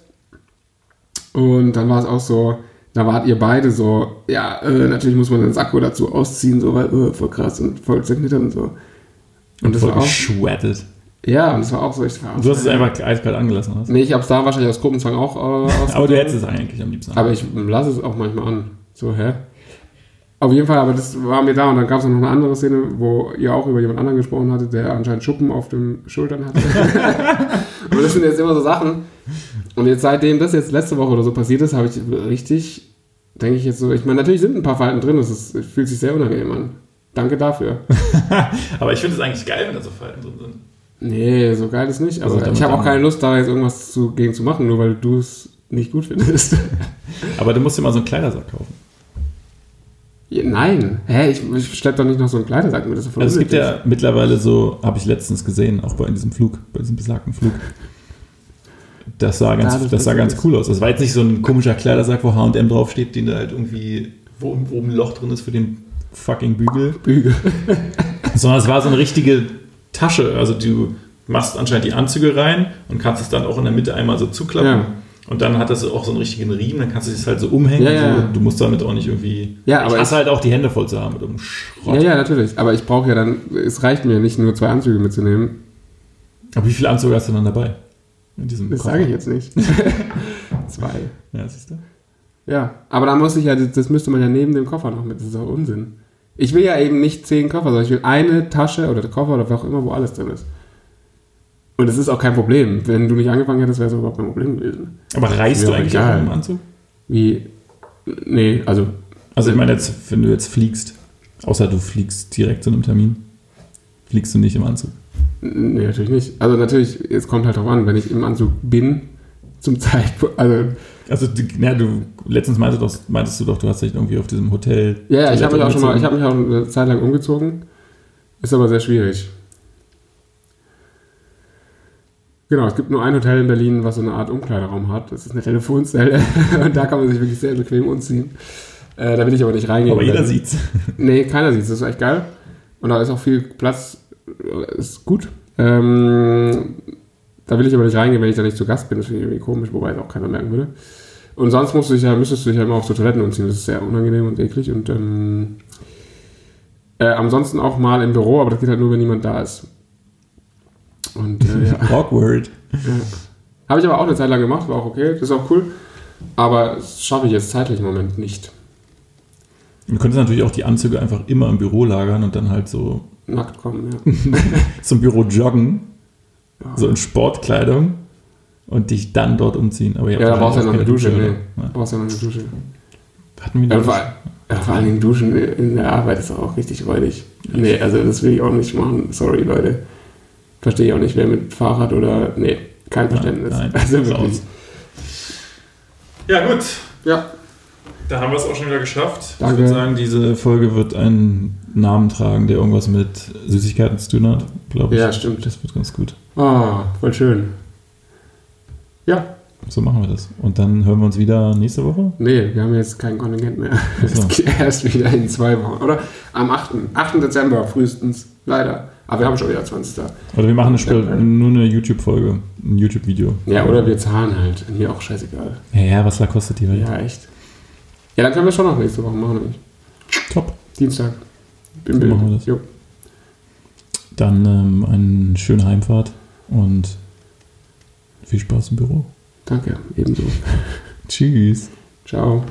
Speaker 3: und dann war es auch so, da wart ihr beide so, ja, äh, natürlich muss man den Sakko dazu ausziehen, so, weil, äh, voll krass und voll zerknittert und so. Und das
Speaker 2: Voll
Speaker 3: war auch,
Speaker 2: geschwettet.
Speaker 3: ja, und das war auch so, ich war auch
Speaker 2: Du hast es
Speaker 3: so,
Speaker 2: einfach eiskalt angelassen, oder? was?
Speaker 3: Nee, ich hab's da wahrscheinlich aus Gruppenzwang auch äh, ausgezogen.
Speaker 2: Aber du hättest es eigentlich am liebsten.
Speaker 3: Aber ich lasse es auch manchmal an. So, hä? Auf jeden Fall, aber das war mir da und dann gab es noch eine andere Szene, wo ihr auch über jemand anderen gesprochen hattet, der anscheinend Schuppen auf den Schultern hatte. und das sind jetzt immer so Sachen. Und jetzt seitdem das jetzt letzte Woche oder so passiert ist, habe ich richtig, denke ich jetzt so, ich meine, natürlich sind ein paar Falten drin, das ist, es fühlt sich sehr unangenehm an. Danke dafür.
Speaker 2: Aber ich finde es eigentlich geil, wenn da so Falten drin sind.
Speaker 3: Nee, so geil ist nicht,
Speaker 2: Also
Speaker 3: aber
Speaker 2: damit
Speaker 3: ich habe auch
Speaker 2: dann-
Speaker 3: keine Lust, da jetzt irgendwas zu, gegen zu machen, nur weil du es nicht gut findest.
Speaker 2: Aber du musst dir mal so einen Kleidersack kaufen.
Speaker 3: Ja, nein. Hä, ich, ich schlepp doch nicht noch so einen Kleidersack mit. Das ist voll
Speaker 2: Also es gibt
Speaker 3: unnötig.
Speaker 2: ja mittlerweile so, habe ich letztens gesehen, auch bei in diesem Flug, bei diesem besagten Flug. Das sah ganz,
Speaker 3: Ja, das
Speaker 2: das sah
Speaker 3: ist-
Speaker 2: ganz cool aus. Das war jetzt nicht so ein komischer Kleidersack, wo H&M draufsteht, den du halt irgendwie, wo, wo ein Loch drin ist für den fucking Bügel.
Speaker 3: Bügel.
Speaker 2: Sondern es war so eine richtige Tasche. Also du machst anscheinend die Anzüge rein und kannst es dann auch in der Mitte einmal so zuklappen.
Speaker 3: Ja.
Speaker 2: Und dann hat das auch so einen richtigen Riemen, dann kannst du es halt so umhängen.
Speaker 3: Ja, ja,
Speaker 2: so.
Speaker 3: ja.
Speaker 2: Du musst damit auch nicht irgendwie...
Speaker 3: Ja,
Speaker 2: ich
Speaker 3: aber
Speaker 2: hasse halt auch die Hände voll zu haben mit dem Schrott.
Speaker 3: Ja, ja, natürlich. Aber ich brauche ja dann, es reicht mir nicht nur zwei Anzüge mitzunehmen.
Speaker 2: Aber wie viele Anzüge hast du dann dabei? In diesem
Speaker 3: Das
Speaker 2: Koffer?
Speaker 3: sage ich jetzt nicht. zwei.
Speaker 2: Ja, siehst du?
Speaker 3: Ja. Aber da muss ich ja, das, das müsste man ja neben dem Koffer noch mit. Das ist doch Unsinn. Ich will ja eben nicht zehn Koffer, sondern ich will eine Tasche oder Koffer oder was auch immer, wo alles drin ist. Und es ist auch kein Problem. Wenn du nicht angefangen hättest, wäre es überhaupt kein Problem gewesen.
Speaker 2: Aber reist
Speaker 3: Ja,
Speaker 2: du eigentlich
Speaker 3: egal.
Speaker 2: auch im Anzug?
Speaker 3: Wie? Nee, also
Speaker 2: Also ich meine, jetzt, wenn du jetzt fliegst, außer du fliegst direkt zu einem Termin, fliegst du nicht im Anzug.
Speaker 3: Nee, natürlich nicht. Also natürlich, es kommt halt drauf an, wenn ich im Anzug bin, zum Zeitpunkt, also
Speaker 2: Also, du- na, du, letztens meintest du, doch, meintest du doch, du hast dich irgendwie auf diesem Hotel.
Speaker 3: Ja, ja, ich habe mich auch schon mal, ich
Speaker 2: Toilette
Speaker 3: habe mich auch eine Zeit lang umgezogen. Ist aber sehr schwierig. Genau, es gibt nur ein Hotel in Berlin, was so eine Art Umkleideraum hat. Das ist eine Telefonzelle und da kann man sich wirklich sehr bequem umziehen. Äh, da will ich aber nicht reingehen.
Speaker 2: Aber jeder
Speaker 3: weil-
Speaker 2: sieht's.
Speaker 3: Nee, keiner sieht es. Das ist echt geil. Und da ist auch viel Platz. Ist gut. Ähm, da will ich aber nicht reingehen, wenn ich da nicht zu Gast bin. Das finde ich irgendwie komisch, wobei es auch keiner merken würde. Und sonst musst du dich ja, müsstest du dich ja immer auf so Toiletten umziehen. Das ist sehr unangenehm und eklig. Und ähm, äh, ansonsten auch mal im Büro, aber das geht halt nur, wenn niemand da ist. Und äh, ja.
Speaker 2: Awkward.
Speaker 3: Habe ich aber auch eine Zeit lang gemacht, war auch okay, das ist auch cool. Aber das schaffe ich jetzt zeitlich im Moment nicht.
Speaker 2: Du könntest natürlich auch die Anzüge einfach immer im Büro lagern und dann halt so
Speaker 3: Nackt kommen, ja.
Speaker 2: zum Büro joggen, so in Sportkleidung und dich dann dort umziehen. Aber ihr habt
Speaker 3: Ja, da brauchst du ja noch
Speaker 2: wahrscheinlich auch
Speaker 3: eine Dusche.
Speaker 2: keine
Speaker 3: Nee.
Speaker 2: oder?
Speaker 3: Da brauchst du ja noch eine Dusche.
Speaker 2: Ja. Hatten wir
Speaker 3: Ja,
Speaker 2: noch-
Speaker 3: vor, ja, vor allen Dingen duschen in der Arbeit ist auch richtig räudig. Nee, also das will ich auch nicht machen. Sorry, Leute. Verstehe ich auch nicht, wer mit Fahrrad oder. Nee, kein Verständnis.
Speaker 2: nein,
Speaker 3: also
Speaker 2: raus.
Speaker 3: wirklich.
Speaker 5: Ja, gut.
Speaker 3: Ja,
Speaker 5: Da haben wir es auch schon wieder geschafft.
Speaker 3: Danke.
Speaker 2: Ich würde sagen, diese Folge wird einen Namen tragen, der irgendwas mit Süßigkeiten zu tun hat, glaube ich.
Speaker 3: ja, stimmt.
Speaker 2: Das wird ganz gut.
Speaker 3: Ah, voll schön. Ja,
Speaker 2: So machen wir das. Und dann hören wir uns wieder nächste Woche.
Speaker 3: nee, wir haben jetzt kein Kontingent mehr.
Speaker 2: so.
Speaker 3: Es geht erst wieder in zwei Wochen, oder? Am 8. 8. Dezember frühestens, leider. Aber wir haben schon wieder 20.
Speaker 2: Oder wir machen eine Spe nur eine YouTube-Folge, ein YouTube-Video.
Speaker 3: Ja, oder wir zahlen halt. Mir auch scheißegal.
Speaker 2: Ja, ja, was da kostet die Welt?
Speaker 3: Ja, echt. Ja, dann können wir schon noch nächste Woche machen, nämlich.
Speaker 2: Top.
Speaker 3: Dienstag. Im
Speaker 2: So
Speaker 3: Bild.
Speaker 2: machen wir das.
Speaker 3: Jo.
Speaker 2: Dann ähm, eine schöne Heimfahrt und viel Spaß im Büro.
Speaker 3: Danke, ebenso.
Speaker 2: Tschüss.
Speaker 3: Ciao.